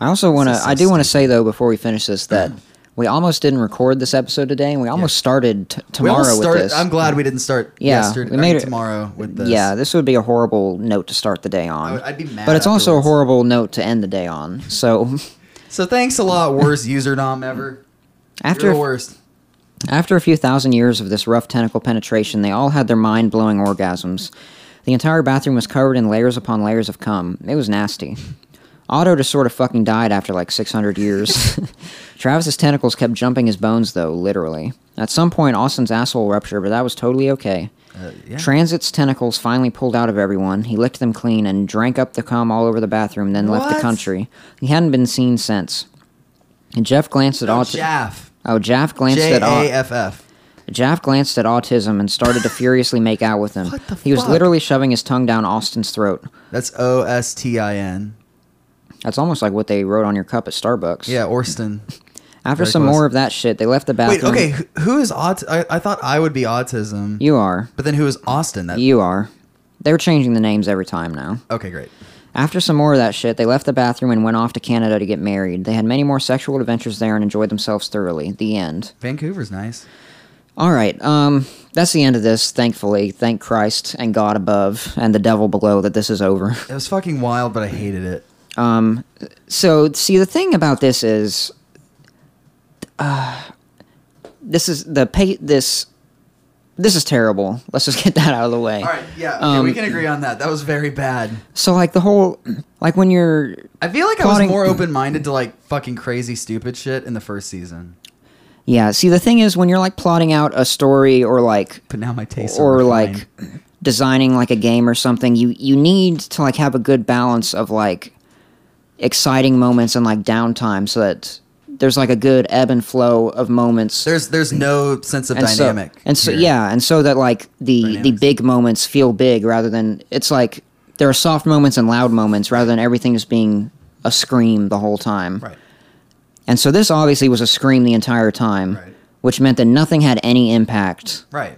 [SPEAKER 1] I also want to.
[SPEAKER 2] This is so
[SPEAKER 1] I do want to
[SPEAKER 2] stupid.
[SPEAKER 1] say though before we finish this that we almost didn't record this episode today, and we almost started t-
[SPEAKER 2] We
[SPEAKER 1] tomorrow
[SPEAKER 2] almost started-
[SPEAKER 1] with this.
[SPEAKER 2] I'm glad we didn't start
[SPEAKER 1] Yeah,
[SPEAKER 2] yesterday.
[SPEAKER 1] we made
[SPEAKER 2] or
[SPEAKER 1] it-
[SPEAKER 2] tomorrow with this.
[SPEAKER 1] Yeah, this would be a horrible note to start the day on.
[SPEAKER 2] I would- I'd be mad
[SPEAKER 1] But it's also a
[SPEAKER 2] afterwards.
[SPEAKER 1] horrible note to end the day on. So
[SPEAKER 2] So thanks a lot, worst username ever. After
[SPEAKER 1] after
[SPEAKER 2] You're the worst.
[SPEAKER 1] After a few thousand years of this rough tentacle penetration, they all had their mind blowing orgasms. The entire bathroom was covered in layers upon layers of cum. It was nasty. Otto just sort of fucking died after like 600 years. Travis's tentacles kept jumping his bones, though, literally. At some point, Austin's asshole ruptured, but that was totally okay.
[SPEAKER 2] Uh, yeah.
[SPEAKER 1] Transit's tentacles finally pulled out of everyone. He licked them clean and drank up the cum all over the bathroom, then left the
[SPEAKER 2] What?
[SPEAKER 1] country. He hadn't been seen since. And Jeff glanced at
[SPEAKER 2] No,
[SPEAKER 1] Otto.
[SPEAKER 2] Jaff.
[SPEAKER 1] Oh, Jaff glanced
[SPEAKER 2] J
[SPEAKER 1] at Otto.
[SPEAKER 2] A F F.
[SPEAKER 1] Jaff glanced at Autism and started to furiously make out with him.
[SPEAKER 2] What the
[SPEAKER 1] he was
[SPEAKER 2] fuck?
[SPEAKER 1] literally shoving his tongue down Austin's throat.
[SPEAKER 2] That's O S T I N.
[SPEAKER 1] That's almost like what they wrote on your cup at Starbucks.
[SPEAKER 2] Yeah, Orston.
[SPEAKER 1] After
[SPEAKER 2] very
[SPEAKER 1] some
[SPEAKER 2] close.
[SPEAKER 1] more of that shit, they left the
[SPEAKER 2] Wait,
[SPEAKER 1] bathroom.
[SPEAKER 2] okay. wh- Who is aut? I, I thought I would be autism,
[SPEAKER 1] You are.
[SPEAKER 2] but then who is Austin? That
[SPEAKER 1] You are. They're changing the names every time now.
[SPEAKER 2] okay, great.
[SPEAKER 1] After some more of that shit, they left the bathroom and went off to Canada to get married. They had many more sexual adventures there and enjoyed themselves thoroughly. The end.
[SPEAKER 2] Vancouver's nice.
[SPEAKER 1] All right. Um, that's the end of this. Thankfully, thank Christ and God above and the devil below that this is over.
[SPEAKER 2] It was fucking wild, but I hated it.
[SPEAKER 1] Um, so see, the thing about this is, uh, this is the pay. This, this is terrible. Let's just get that out of the way.
[SPEAKER 2] All right, yeah, okay,
[SPEAKER 1] Um,
[SPEAKER 2] we can agree on that. That was very bad.
[SPEAKER 1] So like the whole, like when you're,
[SPEAKER 2] I feel like I
[SPEAKER 1] Plotting-
[SPEAKER 2] was more open minded to like fucking crazy stupid shit in the first season,
[SPEAKER 1] yeah. See, the thing is when you're like plotting out a story or like
[SPEAKER 2] but now my tastes are
[SPEAKER 1] or
[SPEAKER 2] refined.
[SPEAKER 1] like designing like a game or something you you need to like have a good balance of like exciting moments and like downtime so that there's like a good ebb and flow of moments
[SPEAKER 2] there's there's no sense of
[SPEAKER 1] so-
[SPEAKER 2] dynamic.
[SPEAKER 1] and so
[SPEAKER 2] here.
[SPEAKER 1] yeah, and so that like the the
[SPEAKER 2] Dynamics.
[SPEAKER 1] big moments feel big rather than it's like there are soft moments and loud moments rather than everything just being a scream the whole time.
[SPEAKER 2] right.
[SPEAKER 1] And so this obviously was a scream the entire time,
[SPEAKER 2] Right.
[SPEAKER 1] which meant that nothing had any impact.
[SPEAKER 2] Right.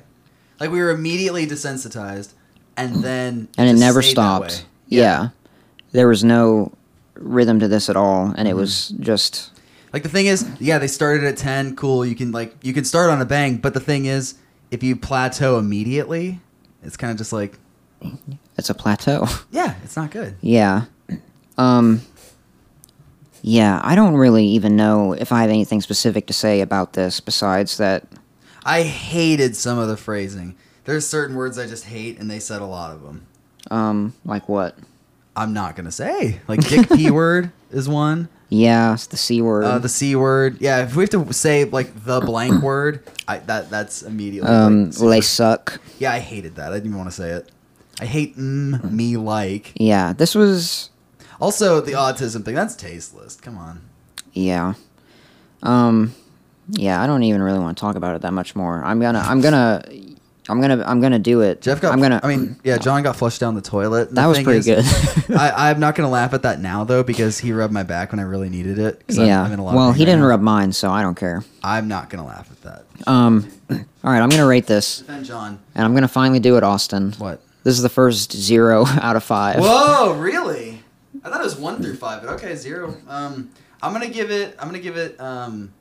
[SPEAKER 2] Like we were immediately desensitized, and then
[SPEAKER 1] Mm. and it
[SPEAKER 2] just
[SPEAKER 1] never
[SPEAKER 2] stayed that way.
[SPEAKER 1] stopped. Yeah. There was no rhythm to this at all and
[SPEAKER 2] Mm-hmm.
[SPEAKER 1] it was just
[SPEAKER 2] Like the thing is, yeah, they started at ten. Cool. You can like you can start on a bang, but the thing is, if you plateau immediately, it's kind of just like
[SPEAKER 1] it's a plateau.
[SPEAKER 2] yeah, it's not good.
[SPEAKER 1] yeah. Um Yeah, I don't really even know if I have anything specific to say about this besides that.
[SPEAKER 2] I hated some of the phrasing. There's certain words I just hate, and they said a lot of them.
[SPEAKER 1] Um, like what?
[SPEAKER 2] I'm not gonna say like dick p word is one.
[SPEAKER 1] Yeah, it's the c word.
[SPEAKER 2] Uh, the c word. Yeah, if we have to say like the blank word, I, that that's immediately. like,
[SPEAKER 1] um,
[SPEAKER 2] super-
[SPEAKER 1] they suck.
[SPEAKER 2] yeah, I hated that. I didn't even want to say it. I hate mm, me like.
[SPEAKER 1] Yeah, this was.
[SPEAKER 2] Also, the autism thing. That's tasteless. Come on.
[SPEAKER 1] Yeah. Um, yeah, I don't even really want to talk about it that much more. I'm gonna, I'm gonna, I'm gonna, I'm gonna do it.
[SPEAKER 2] Jeff got.
[SPEAKER 1] I'm gonna.
[SPEAKER 2] I mean, yeah. John got flushed down the toilet. and
[SPEAKER 1] that
[SPEAKER 2] the
[SPEAKER 1] was
[SPEAKER 2] thing
[SPEAKER 1] pretty
[SPEAKER 2] is-
[SPEAKER 1] good.
[SPEAKER 2] I, I'm not gonna laugh at that now though because he rubbed my back when I really needed it. 'cause I'm-
[SPEAKER 1] yeah.
[SPEAKER 2] I'm in a lot of
[SPEAKER 1] well,
[SPEAKER 2] pain
[SPEAKER 1] he
[SPEAKER 2] right
[SPEAKER 1] didn't
[SPEAKER 2] now.
[SPEAKER 1] rub mine, so I don't care.
[SPEAKER 2] I'm not gonna laugh at that.
[SPEAKER 1] Um, all right, I'm gonna rate this,
[SPEAKER 2] Defend John.
[SPEAKER 1] and I'm gonna finally do it, Austin.
[SPEAKER 2] What?
[SPEAKER 1] This is the first zero out of five.
[SPEAKER 2] Whoa, really? I thought it was one through five, but okay, zero. Um, I'm gonna give it. I'm gonna give it. Um,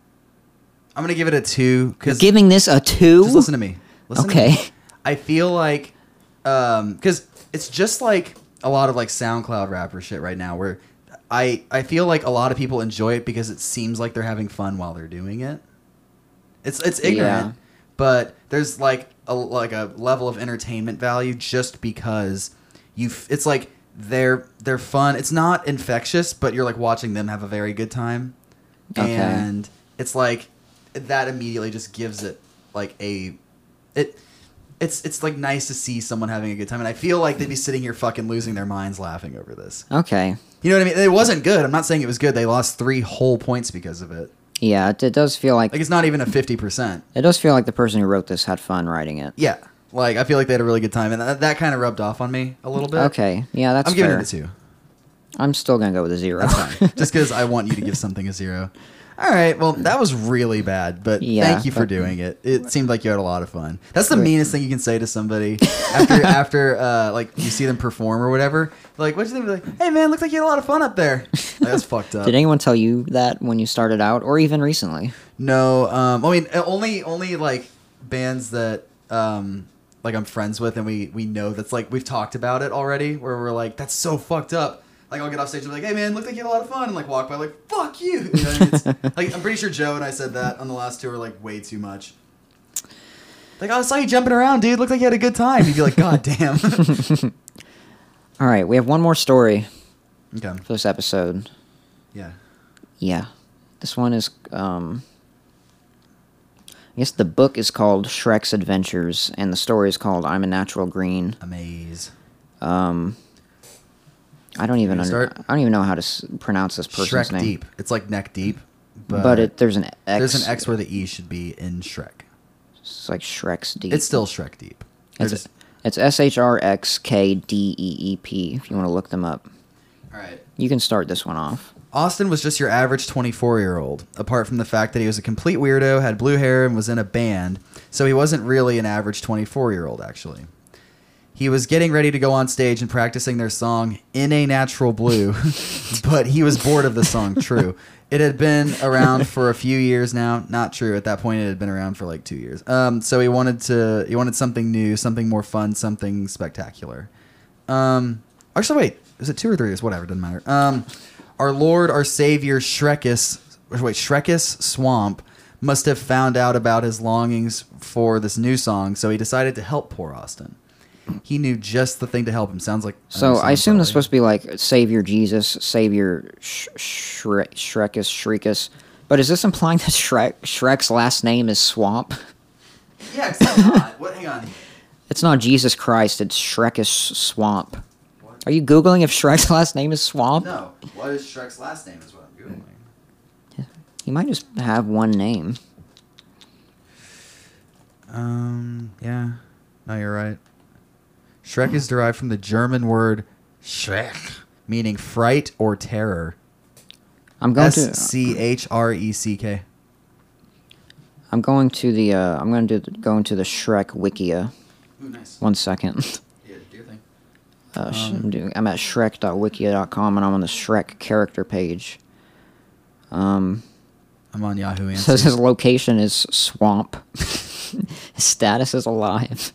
[SPEAKER 2] I'm gonna give it a two because just
[SPEAKER 1] Giving this a two.
[SPEAKER 2] listen to me. Listen to me.
[SPEAKER 1] okay.
[SPEAKER 2] I feel like, um, because it's just like a lot of like SoundCloud rapper shit right now, where I I feel like a lot of people enjoy it because it seems like they're having fun while they're doing it. It's it's ignorant,
[SPEAKER 1] Yeah.
[SPEAKER 2] but there's like a like a level of entertainment value just because you. F- it's like they're they're fun. It's not infectious, but you're like watching them have a very good time,
[SPEAKER 1] Okay.
[SPEAKER 2] and it's like that immediately just gives it like a it it's it's like nice to see someone having a good time and i feel like they'd be sitting here fucking losing their minds laughing over this
[SPEAKER 1] Okay.
[SPEAKER 2] you know what i mean it wasn't good i'm not saying it was good they lost three whole points because of it
[SPEAKER 1] Yeah, it, it does feel like
[SPEAKER 2] like it's not even a 50%
[SPEAKER 1] it does feel like the person who wrote this had fun writing it.
[SPEAKER 2] yeah like i feel like they had a really good time and that, that kind of rubbed off on me a little bit
[SPEAKER 1] Okay. Yeah, that's
[SPEAKER 2] i'm giving
[SPEAKER 1] fair.
[SPEAKER 2] it a two
[SPEAKER 1] I'm still gonna go with a zero.
[SPEAKER 2] that's fine just because i want you to give something a zero all right well that was really bad but
[SPEAKER 1] Yeah,
[SPEAKER 2] thank you for
[SPEAKER 1] but-
[SPEAKER 2] doing it it seemed like you had a lot of fun that's the
[SPEAKER 1] Great.
[SPEAKER 2] meanest thing you can say to somebody after after uh, like you see them perform or whatever like what you think like hey man looks like you had a lot of fun up there like, that's fucked up
[SPEAKER 1] Did anyone tell you that when you started out, or even recently?
[SPEAKER 2] no um i mean uh, only only like bands that um like i'm friends with and we we know that's like we've talked about it already where we're like that's so fucked up like I'll get off stage and be like, "Hey man, looked like you had a lot of fun," and like walk by like, "Fuck you!" you know what I mean? It's- like I'm pretty sure Joe and I said that on the last tour like way too much. Like "Oh, I saw you jumping around, dude. Looked like you had a good time. You'd be like, "God damn."
[SPEAKER 1] All right, we have one more story
[SPEAKER 2] okay.
[SPEAKER 1] for this episode.
[SPEAKER 2] Yeah.
[SPEAKER 1] Yeah, this one is. Um, I guess the book is called Shrek's Adventures, and the story is called I'm a Natural Green.
[SPEAKER 2] Amaze.
[SPEAKER 1] Um, I don't even
[SPEAKER 2] Wanna
[SPEAKER 1] under,
[SPEAKER 2] start?
[SPEAKER 1] I don't even know how to s- pronounce this person's
[SPEAKER 2] Shrek
[SPEAKER 1] name.
[SPEAKER 2] deep. It's like neck deep, but,
[SPEAKER 1] but, it, there's an X.
[SPEAKER 2] there's an X where the E should be in Shrek.
[SPEAKER 1] It's like Shrek's deep.
[SPEAKER 2] It's still Shrek Deep. They're
[SPEAKER 1] It's
[SPEAKER 2] just-
[SPEAKER 1] it's S H R X K D E E P. If you want to look them up,
[SPEAKER 2] all right.
[SPEAKER 1] you can start this one off.
[SPEAKER 2] Austin was just your average 24 year old, apart from the fact that he was a complete weirdo, had blue hair, and was in a band, so he wasn't really an average 24 year old, actually. He was getting ready to go on stage and practicing their song In a Natural Blue, but he was bored of the song, true. It had been around for a few years now. Not true. At that point, it had been around for like two years. Um, so he wanted to, he wanted something new, something more fun, something spectacular. Um, actually, wait. Is it two or three? It's whatever. Doesn't matter. Um, our Lord, our Savior, Shrekus. Wait, Shrekus Swamp must have found out about his longings for this new song, so he decided to help poor Austin. He knew just the thing to help him. Sounds like.
[SPEAKER 1] So I assume
[SPEAKER 2] this
[SPEAKER 1] this is supposed to be like Savior Jesus, Savior Sh- Shre- Shrekus, Shrekus. But is this implying that Shrek Shrek's last name is Swamp?
[SPEAKER 2] Yeah, it's not. What? Hang on.
[SPEAKER 1] It's not Jesus Christ. It's Shrekus Swamp. Are you googling if Shrek's last name is Swamp?
[SPEAKER 2] No. What is Shrek's last name? Is what I'm googling.
[SPEAKER 1] He might just have one name.
[SPEAKER 2] Um. Yeah. No, you're right. Shrek is derived from the German word Schreck, meaning fright or terror.
[SPEAKER 1] I'm going
[SPEAKER 2] S
[SPEAKER 1] to
[SPEAKER 2] C H R E C K.
[SPEAKER 1] I'm going to the uh, I'm going to do, go into the Shrek Wikia.
[SPEAKER 2] Ooh, nice.
[SPEAKER 1] One second.
[SPEAKER 2] Yeah, do your thing.
[SPEAKER 1] Uh, sh-
[SPEAKER 2] Um,
[SPEAKER 1] I'm, doing, I'm at shrek.wikia.com and I'm on the Shrek character page. Um,
[SPEAKER 2] I'm on Yahoo
[SPEAKER 1] so
[SPEAKER 2] Answers.
[SPEAKER 1] it says location is swamp. His status is alive.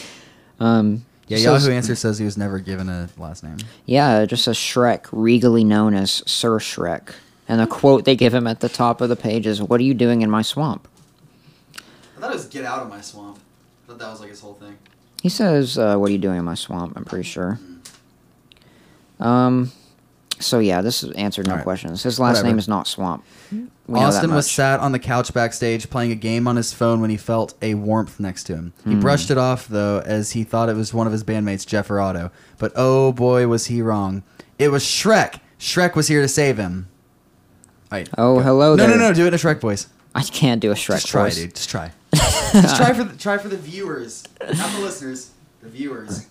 [SPEAKER 1] um,
[SPEAKER 2] yeah,
[SPEAKER 1] it
[SPEAKER 2] Yahoo
[SPEAKER 1] says-
[SPEAKER 2] Answers says he was never given a last name.
[SPEAKER 1] Yeah, it just says Shrek, regally known as Sir Shrek. And the quote they give him at the top of the page is, "What are you doing in my swamp?"
[SPEAKER 2] I thought it was "Get out of my swamp." I thought that was like his whole thing.
[SPEAKER 1] He says, uh, "What are you doing in my swamp?" I'm pretty sure. Um, so yeah, this is- answered no
[SPEAKER 2] All right.
[SPEAKER 1] questions. His last
[SPEAKER 2] Whatever.
[SPEAKER 1] name is not Swamp. We know that
[SPEAKER 2] Austin was
[SPEAKER 1] much.
[SPEAKER 2] sat on the couch backstage playing a game on his phone when he felt a warmth next to him.
[SPEAKER 1] Hmm.
[SPEAKER 2] He brushed it off, though, as he thought it was one of his bandmates, Jeff or Otto. But oh boy, was he wrong. It was Shrek. Shrek was here to save him. All right.
[SPEAKER 1] Oh, hello
[SPEAKER 2] No,
[SPEAKER 1] there.
[SPEAKER 2] no, no. Do it in a Shrek voice.
[SPEAKER 1] I can't do a Shrek
[SPEAKER 2] Just try,
[SPEAKER 1] voice.
[SPEAKER 2] dude. Just try. Just
[SPEAKER 1] Uh.
[SPEAKER 2] try for the, try for the viewers, not the listeners. The viewers.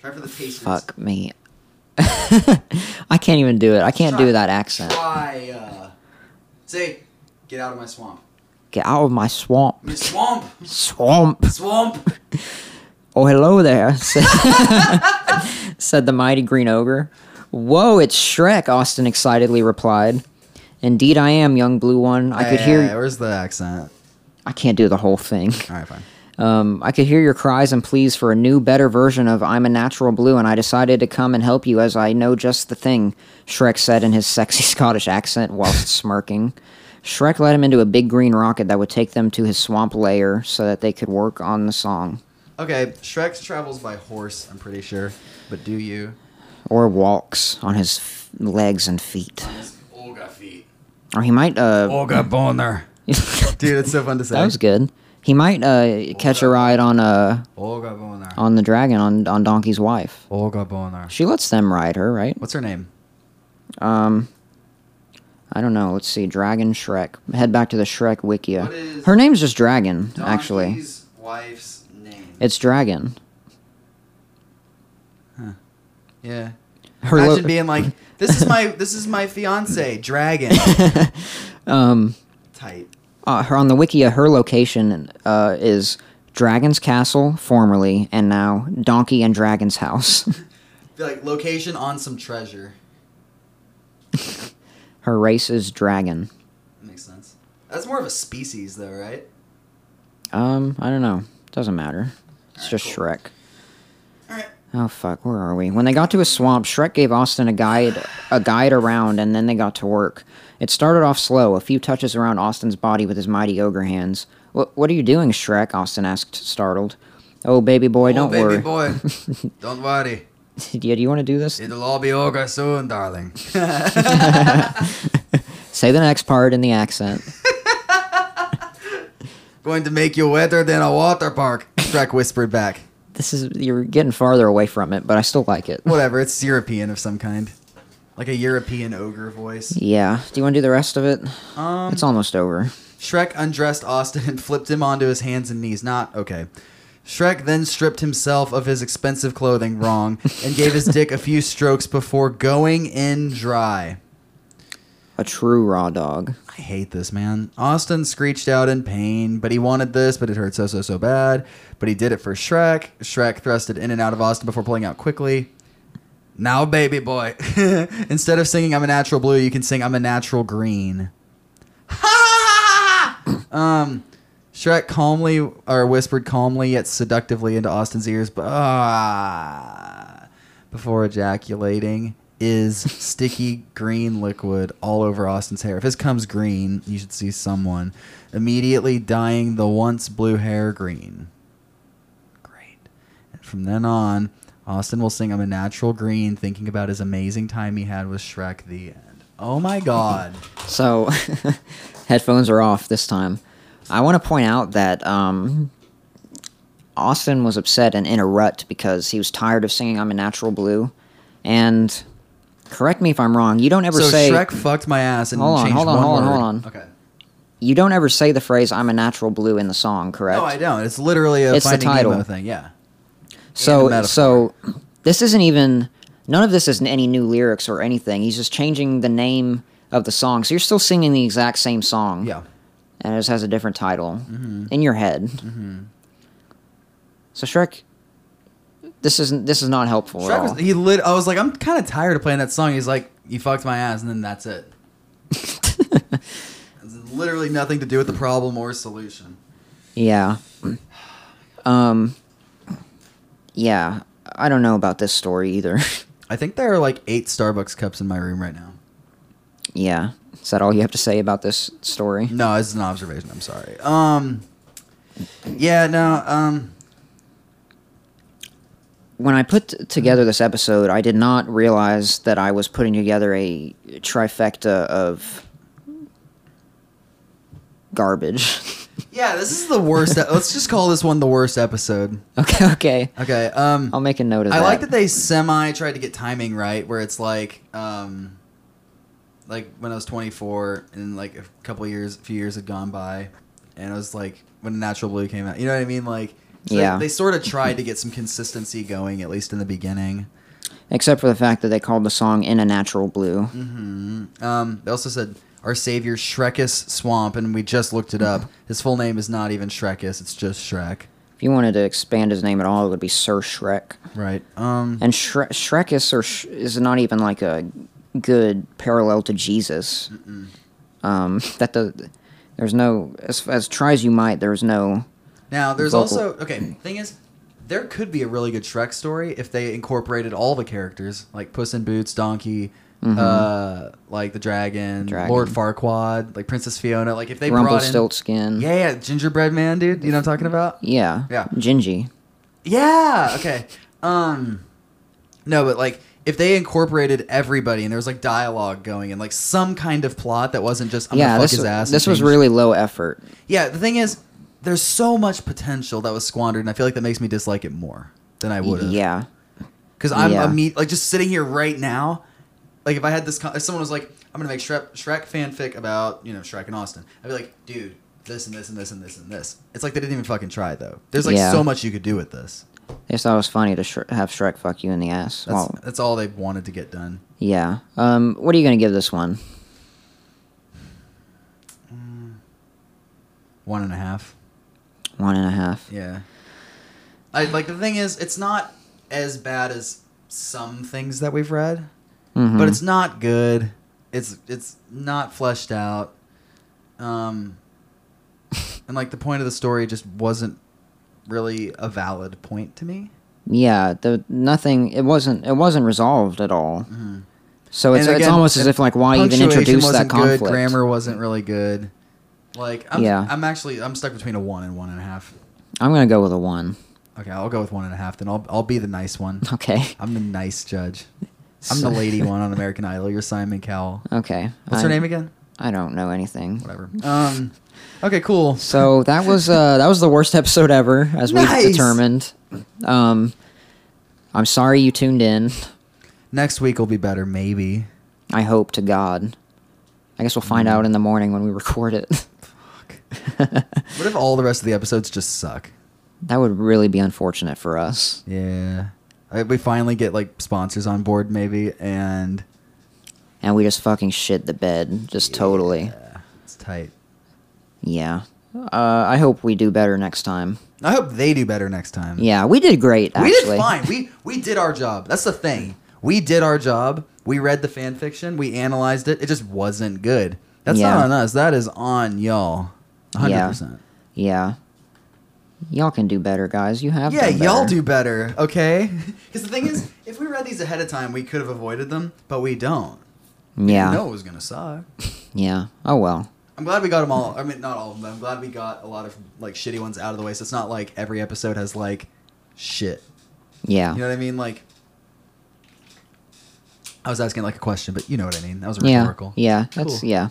[SPEAKER 2] Try for the pacers.
[SPEAKER 1] Fuck me. I can't even do it. I can't do
[SPEAKER 2] Try.
[SPEAKER 1] that accent.
[SPEAKER 2] Try. Uh, say, get out of my swamp.
[SPEAKER 1] Get out of my swamp.
[SPEAKER 2] My swamp.
[SPEAKER 1] Swamp.
[SPEAKER 2] Swamp.
[SPEAKER 1] Oh, hello there, said, said the mighty green ogre. Whoa, it's Shrek, Austin excitedly replied. Indeed, I am, young blue one. I could
[SPEAKER 2] Hey,
[SPEAKER 1] hear.
[SPEAKER 2] Eh, Where's the accent?
[SPEAKER 1] I can't do the whole thing.
[SPEAKER 2] All right, fine.
[SPEAKER 1] Um, I could hear your cries and pleas for a new, better version of I'm a Natural Blue, and I decided to come and help you as I know just the thing, Shrek said in his sexy Scottish accent whilst smirking. Shrek led him into a big green rocket that would take them to his swamp lair so that they could work on the song.
[SPEAKER 2] Okay, Shrek travels by horse. I'm pretty sure, but do you?
[SPEAKER 1] Or walks on his f- legs and feet.
[SPEAKER 2] Olga feet.
[SPEAKER 1] Or he might, uh.
[SPEAKER 2] Olga boner. Dude, it's so fun to say.
[SPEAKER 1] that was good. He might, uh, catch a ride on, uh,
[SPEAKER 2] Olga boner.
[SPEAKER 1] on the dragon, on, on Donkey's wife.
[SPEAKER 2] Olga boner.
[SPEAKER 1] She lets them ride her, right?
[SPEAKER 2] What's her name?
[SPEAKER 1] Um, I don't know. Let's see. Dragon Shrek. Head back to the Shrek
[SPEAKER 2] What
[SPEAKER 1] Wikia.
[SPEAKER 2] is-
[SPEAKER 1] Her name's just Dragon, actually.
[SPEAKER 2] wife's name.
[SPEAKER 1] It's Dragon.
[SPEAKER 2] yeah.
[SPEAKER 1] Her lo-
[SPEAKER 2] Imagine being like, this is my this is my fiance dragon
[SPEAKER 1] um,
[SPEAKER 2] type.
[SPEAKER 1] uh, her on the Wikia. Her location uh, is Dragon's Castle, formerly, and now Donkey and Dragon's House.
[SPEAKER 2] Be like location on some treasure.
[SPEAKER 1] her race is Dragon.
[SPEAKER 2] Makes sense. That's more of a species though, right?
[SPEAKER 1] Um, I don't know. Doesn't matter. It's just Shrek.
[SPEAKER 2] Alright.
[SPEAKER 1] Oh fuck, where are we? When they got to a swamp, Shrek gave Austin a guide a guide around and then they got to work. It started off slow, a few touches around Austin's body with his mighty ogre hands. What what are you doing, Shrek? Austin asked, startled. Oh baby boy, don't
[SPEAKER 2] baby
[SPEAKER 1] worry.
[SPEAKER 2] boy, don't worry.
[SPEAKER 1] yeah, do you want to do this?
[SPEAKER 2] It'll all be Olga soon, darling.
[SPEAKER 1] Say the next part in the accent.
[SPEAKER 2] Going to make you wetter than a water park, Shrek whispered back.
[SPEAKER 1] This is you're getting farther away from it, but I still like it.
[SPEAKER 2] Whatever, it's European of some kind. Like a European ogre voice.
[SPEAKER 1] Yeah. Do you want to do the rest of it?
[SPEAKER 2] Um,
[SPEAKER 1] It's almost over.
[SPEAKER 2] Shrek undressed Austin and flipped him onto his hands and knees. Not okay. Shrek then stripped himself of his expensive clothing wrong and gave his dick a few strokes before going in dry.
[SPEAKER 1] A true raw dog.
[SPEAKER 2] I hate this, man. Austin screeched out in pain, but he wanted this, but it hurt so, so, so bad. But he did it for Shrek. Shrek thrusted in and out of Austin before pulling out quickly. Now, baby boy. Instead of singing I'm a natural blue, you can sing I'm a natural green. um, Shrek calmly, or whispered calmly yet seductively into Austin's ears, but ah, before ejaculating, is sticky green liquid all over Austin's hair. If his comes green, you should see someone immediately dyeing the once blue hair green. Great. And from then on, Austin will sing "I'm a Natural Green," thinking about his amazing time he had with Shrek. The end. Oh my God.
[SPEAKER 1] So, headphones are off this time. I want to point out that um, Austin was upset and in a rut because he was tired of singing "I'm a Natural Blue," and correct me if I'm wrong. You don't ever
[SPEAKER 2] so
[SPEAKER 1] say
[SPEAKER 2] Shrek fucked my ass and
[SPEAKER 1] Hold on,
[SPEAKER 2] changed
[SPEAKER 1] hold on,
[SPEAKER 2] one
[SPEAKER 1] hold on,
[SPEAKER 2] word.
[SPEAKER 1] hold on.
[SPEAKER 2] Okay.
[SPEAKER 1] you don't ever say the phrase "I'm a Natural Blue" in the song, correct?
[SPEAKER 2] No, I don't. It's literally a
[SPEAKER 1] It's the
[SPEAKER 2] Finding
[SPEAKER 1] title.
[SPEAKER 2] Nemo thing. Yeah. and
[SPEAKER 1] so
[SPEAKER 2] a
[SPEAKER 1] so this isn't even none of this is any new lyrics or anything. He's just changing the name of the song. So you're still singing the exact same song.
[SPEAKER 2] Yeah.
[SPEAKER 1] and it just has a different title
[SPEAKER 2] Mm-hmm.
[SPEAKER 1] in your head. So Shrek, this isn't this is not helpful at
[SPEAKER 2] Shrek
[SPEAKER 1] all.
[SPEAKER 2] was, he lit. I was like, I'm kind of tired of playing that song. He's like, you fucked my ass, and then that's it. It's literally nothing to do with the problem or solution.
[SPEAKER 1] yeah, um, yeah. I don't know about this story either.
[SPEAKER 2] I think there are like eight Starbucks cups in my room right now.
[SPEAKER 1] yeah, Is that all you have to say about this story?
[SPEAKER 2] No, it's an observation. I'm sorry. Um, yeah, no. Um,
[SPEAKER 1] When I put t- together this episode, I did not realize that I was putting together a trifecta of garbage.
[SPEAKER 2] yeah, this is the worst. e- let's just call this one the worst episode.
[SPEAKER 1] okay, okay.
[SPEAKER 2] Okay. Um,
[SPEAKER 1] I'll make a note of
[SPEAKER 2] I
[SPEAKER 1] that.
[SPEAKER 2] like that they semi tried to get timing right, where it's like, um, like when I was 24 and like a couple of years, a few years had gone by, and it was like when Natural Blue came out. You know what I mean? Like, so they-
[SPEAKER 1] Yeah.
[SPEAKER 2] They, sort of tried to get some consistency going, at least in the beginning.
[SPEAKER 1] Except for the fact that they called the song "In a Natural Blue."
[SPEAKER 2] Um, they also said our savior Shrekus Swamp, and we just looked it up. His full name is not even Shrekus; it's just Shrek,
[SPEAKER 1] If you wanted to expand his name at all, it would be Sir Shrek.
[SPEAKER 2] right? Um,
[SPEAKER 1] And Shre- Shrek is, or sh- is not even like a good parallel to Jesus. Um, that the there's no as as try as you might, there's no.
[SPEAKER 2] now there's
[SPEAKER 1] Vocal.
[SPEAKER 2] also okay. Thing is, there could be a really good Shrek story if they incorporated all the characters, like Puss in Boots, Donkey, uh, like the dragon,
[SPEAKER 1] Mm-hmm. Dragon.
[SPEAKER 2] Lord Farquaad, like Princess Fiona. Like if they brought in,
[SPEAKER 1] Rumpelstiltskin.
[SPEAKER 2] yeah, yeah, Gingerbread Man, dude. You know what I'm talking about?
[SPEAKER 1] Yeah.
[SPEAKER 2] Yeah.
[SPEAKER 1] Gingy.
[SPEAKER 2] Yeah. Okay. Um. No, but like if they incorporated everybody and there was like dialogue going and like some kind of plot that wasn't just I'm
[SPEAKER 1] yeah.
[SPEAKER 2] gonna
[SPEAKER 1] This
[SPEAKER 2] fuck his ass. and
[SPEAKER 1] this was
[SPEAKER 2] change-
[SPEAKER 1] really low effort.
[SPEAKER 2] yeah. The thing is, there's so much potential that was squandered, and I feel like that makes me dislike it more than I would have.
[SPEAKER 1] Yeah.
[SPEAKER 2] Because I'm
[SPEAKER 1] Yeah.
[SPEAKER 2] a me- like just sitting here right now. Like if I had this, con- if someone was like, I'm gonna make Shrek, Shrek fanfic about you know Shrek and Austin, I'd be like, dude, this and this and this and this and this. It's like they didn't even fucking try though. There's like
[SPEAKER 1] Yeah.
[SPEAKER 2] so much you could do with this.
[SPEAKER 1] They just thought it was funny to sh- have Shrek fuck you in the ass.
[SPEAKER 2] That's,
[SPEAKER 1] well,
[SPEAKER 2] that's all they wanted to get done.
[SPEAKER 1] yeah. Um, what are you gonna give this one?
[SPEAKER 2] One and a half.
[SPEAKER 1] One and a half.
[SPEAKER 2] Yeah. I like the thing is, it's not as bad as some things that we've read,
[SPEAKER 1] Mhm.
[SPEAKER 2] but it's not good. It's it's not fleshed out. Um, and like the point of the story just wasn't really a valid point to me.
[SPEAKER 1] Yeah, the nothing. It wasn't. It wasn't resolved at all. So it's
[SPEAKER 2] And
[SPEAKER 1] it's
[SPEAKER 2] again,
[SPEAKER 1] almost as
[SPEAKER 2] the
[SPEAKER 1] if like why even
[SPEAKER 2] punctuation
[SPEAKER 1] introduce that
[SPEAKER 2] wasn't
[SPEAKER 1] conflict?
[SPEAKER 2] Good, grammar wasn't really good. Like I'm,
[SPEAKER 1] Yeah.
[SPEAKER 2] I'm actually I'm stuck between a one and one and a half.
[SPEAKER 1] I'm gonna go with a one.
[SPEAKER 2] Okay, I'll go with one and a half. Then I'll I'll be the nice one.
[SPEAKER 1] Okay.
[SPEAKER 2] I'm the nice judge. I'm the lady one on American Idol. You're Simon Cowell.
[SPEAKER 1] Okay.
[SPEAKER 2] What's her
[SPEAKER 1] I-
[SPEAKER 2] name again?
[SPEAKER 1] I don't know anything.
[SPEAKER 2] Whatever. Um. Okay. Cool.
[SPEAKER 1] So that was uh, that was the worst episode ever, as we've
[SPEAKER 2] Nice!
[SPEAKER 1] determined. Um, I'm sorry you tuned in.
[SPEAKER 2] Next week will be better, maybe.
[SPEAKER 1] I hope to God. I guess we'll find
[SPEAKER 2] Mm.
[SPEAKER 1] out in the morning when we record it.
[SPEAKER 2] What if all the rest of the episodes just suck?
[SPEAKER 1] that would really be unfortunate for us.
[SPEAKER 2] Yeah. Uh, We finally get like sponsors on board, maybe, and
[SPEAKER 1] And we just fucking shit the bed, just totally.
[SPEAKER 2] Yeah, it's tight.
[SPEAKER 1] Yeah. Uh, I hope we do better next time.
[SPEAKER 2] I hope they do better next time.
[SPEAKER 1] Yeah, we did great. Actually,
[SPEAKER 2] We did fine. We we did our job. That's the thing. We did our job. We read the fan fiction. We analyzed it. It just wasn't good. That's
[SPEAKER 1] Yeah.
[SPEAKER 2] not on us. That is on y'all. 100%.
[SPEAKER 1] Yeah. Yeah, y'all can do better, guys. You have.
[SPEAKER 2] Yeah,
[SPEAKER 1] done
[SPEAKER 2] y'all
[SPEAKER 1] better.
[SPEAKER 2] do better, okay? Because the thing is, if we read these ahead of time, we could have avoided them, but we don't.
[SPEAKER 1] Yeah,
[SPEAKER 2] We know it was going to suck.
[SPEAKER 1] yeah. Oh well.
[SPEAKER 2] I'm glad we got them all. I mean, not all of them. I'm glad we got a lot of, like, shitty ones out of the way, so it's not like every episode has, like, shit.
[SPEAKER 1] Yeah,
[SPEAKER 2] You know what I mean? Like, I was asking, like, a question, but you know what I mean. That was
[SPEAKER 1] yeah,
[SPEAKER 2] rhetorical.
[SPEAKER 1] yeah. That's
[SPEAKER 2] Cool.
[SPEAKER 1] yeah.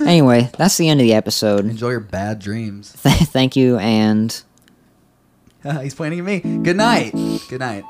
[SPEAKER 1] Anyway, that's the end of the episode.
[SPEAKER 2] Enjoy your bad dreams.
[SPEAKER 1] Thank you and.
[SPEAKER 2] He's pointing at me. Good night. Good night.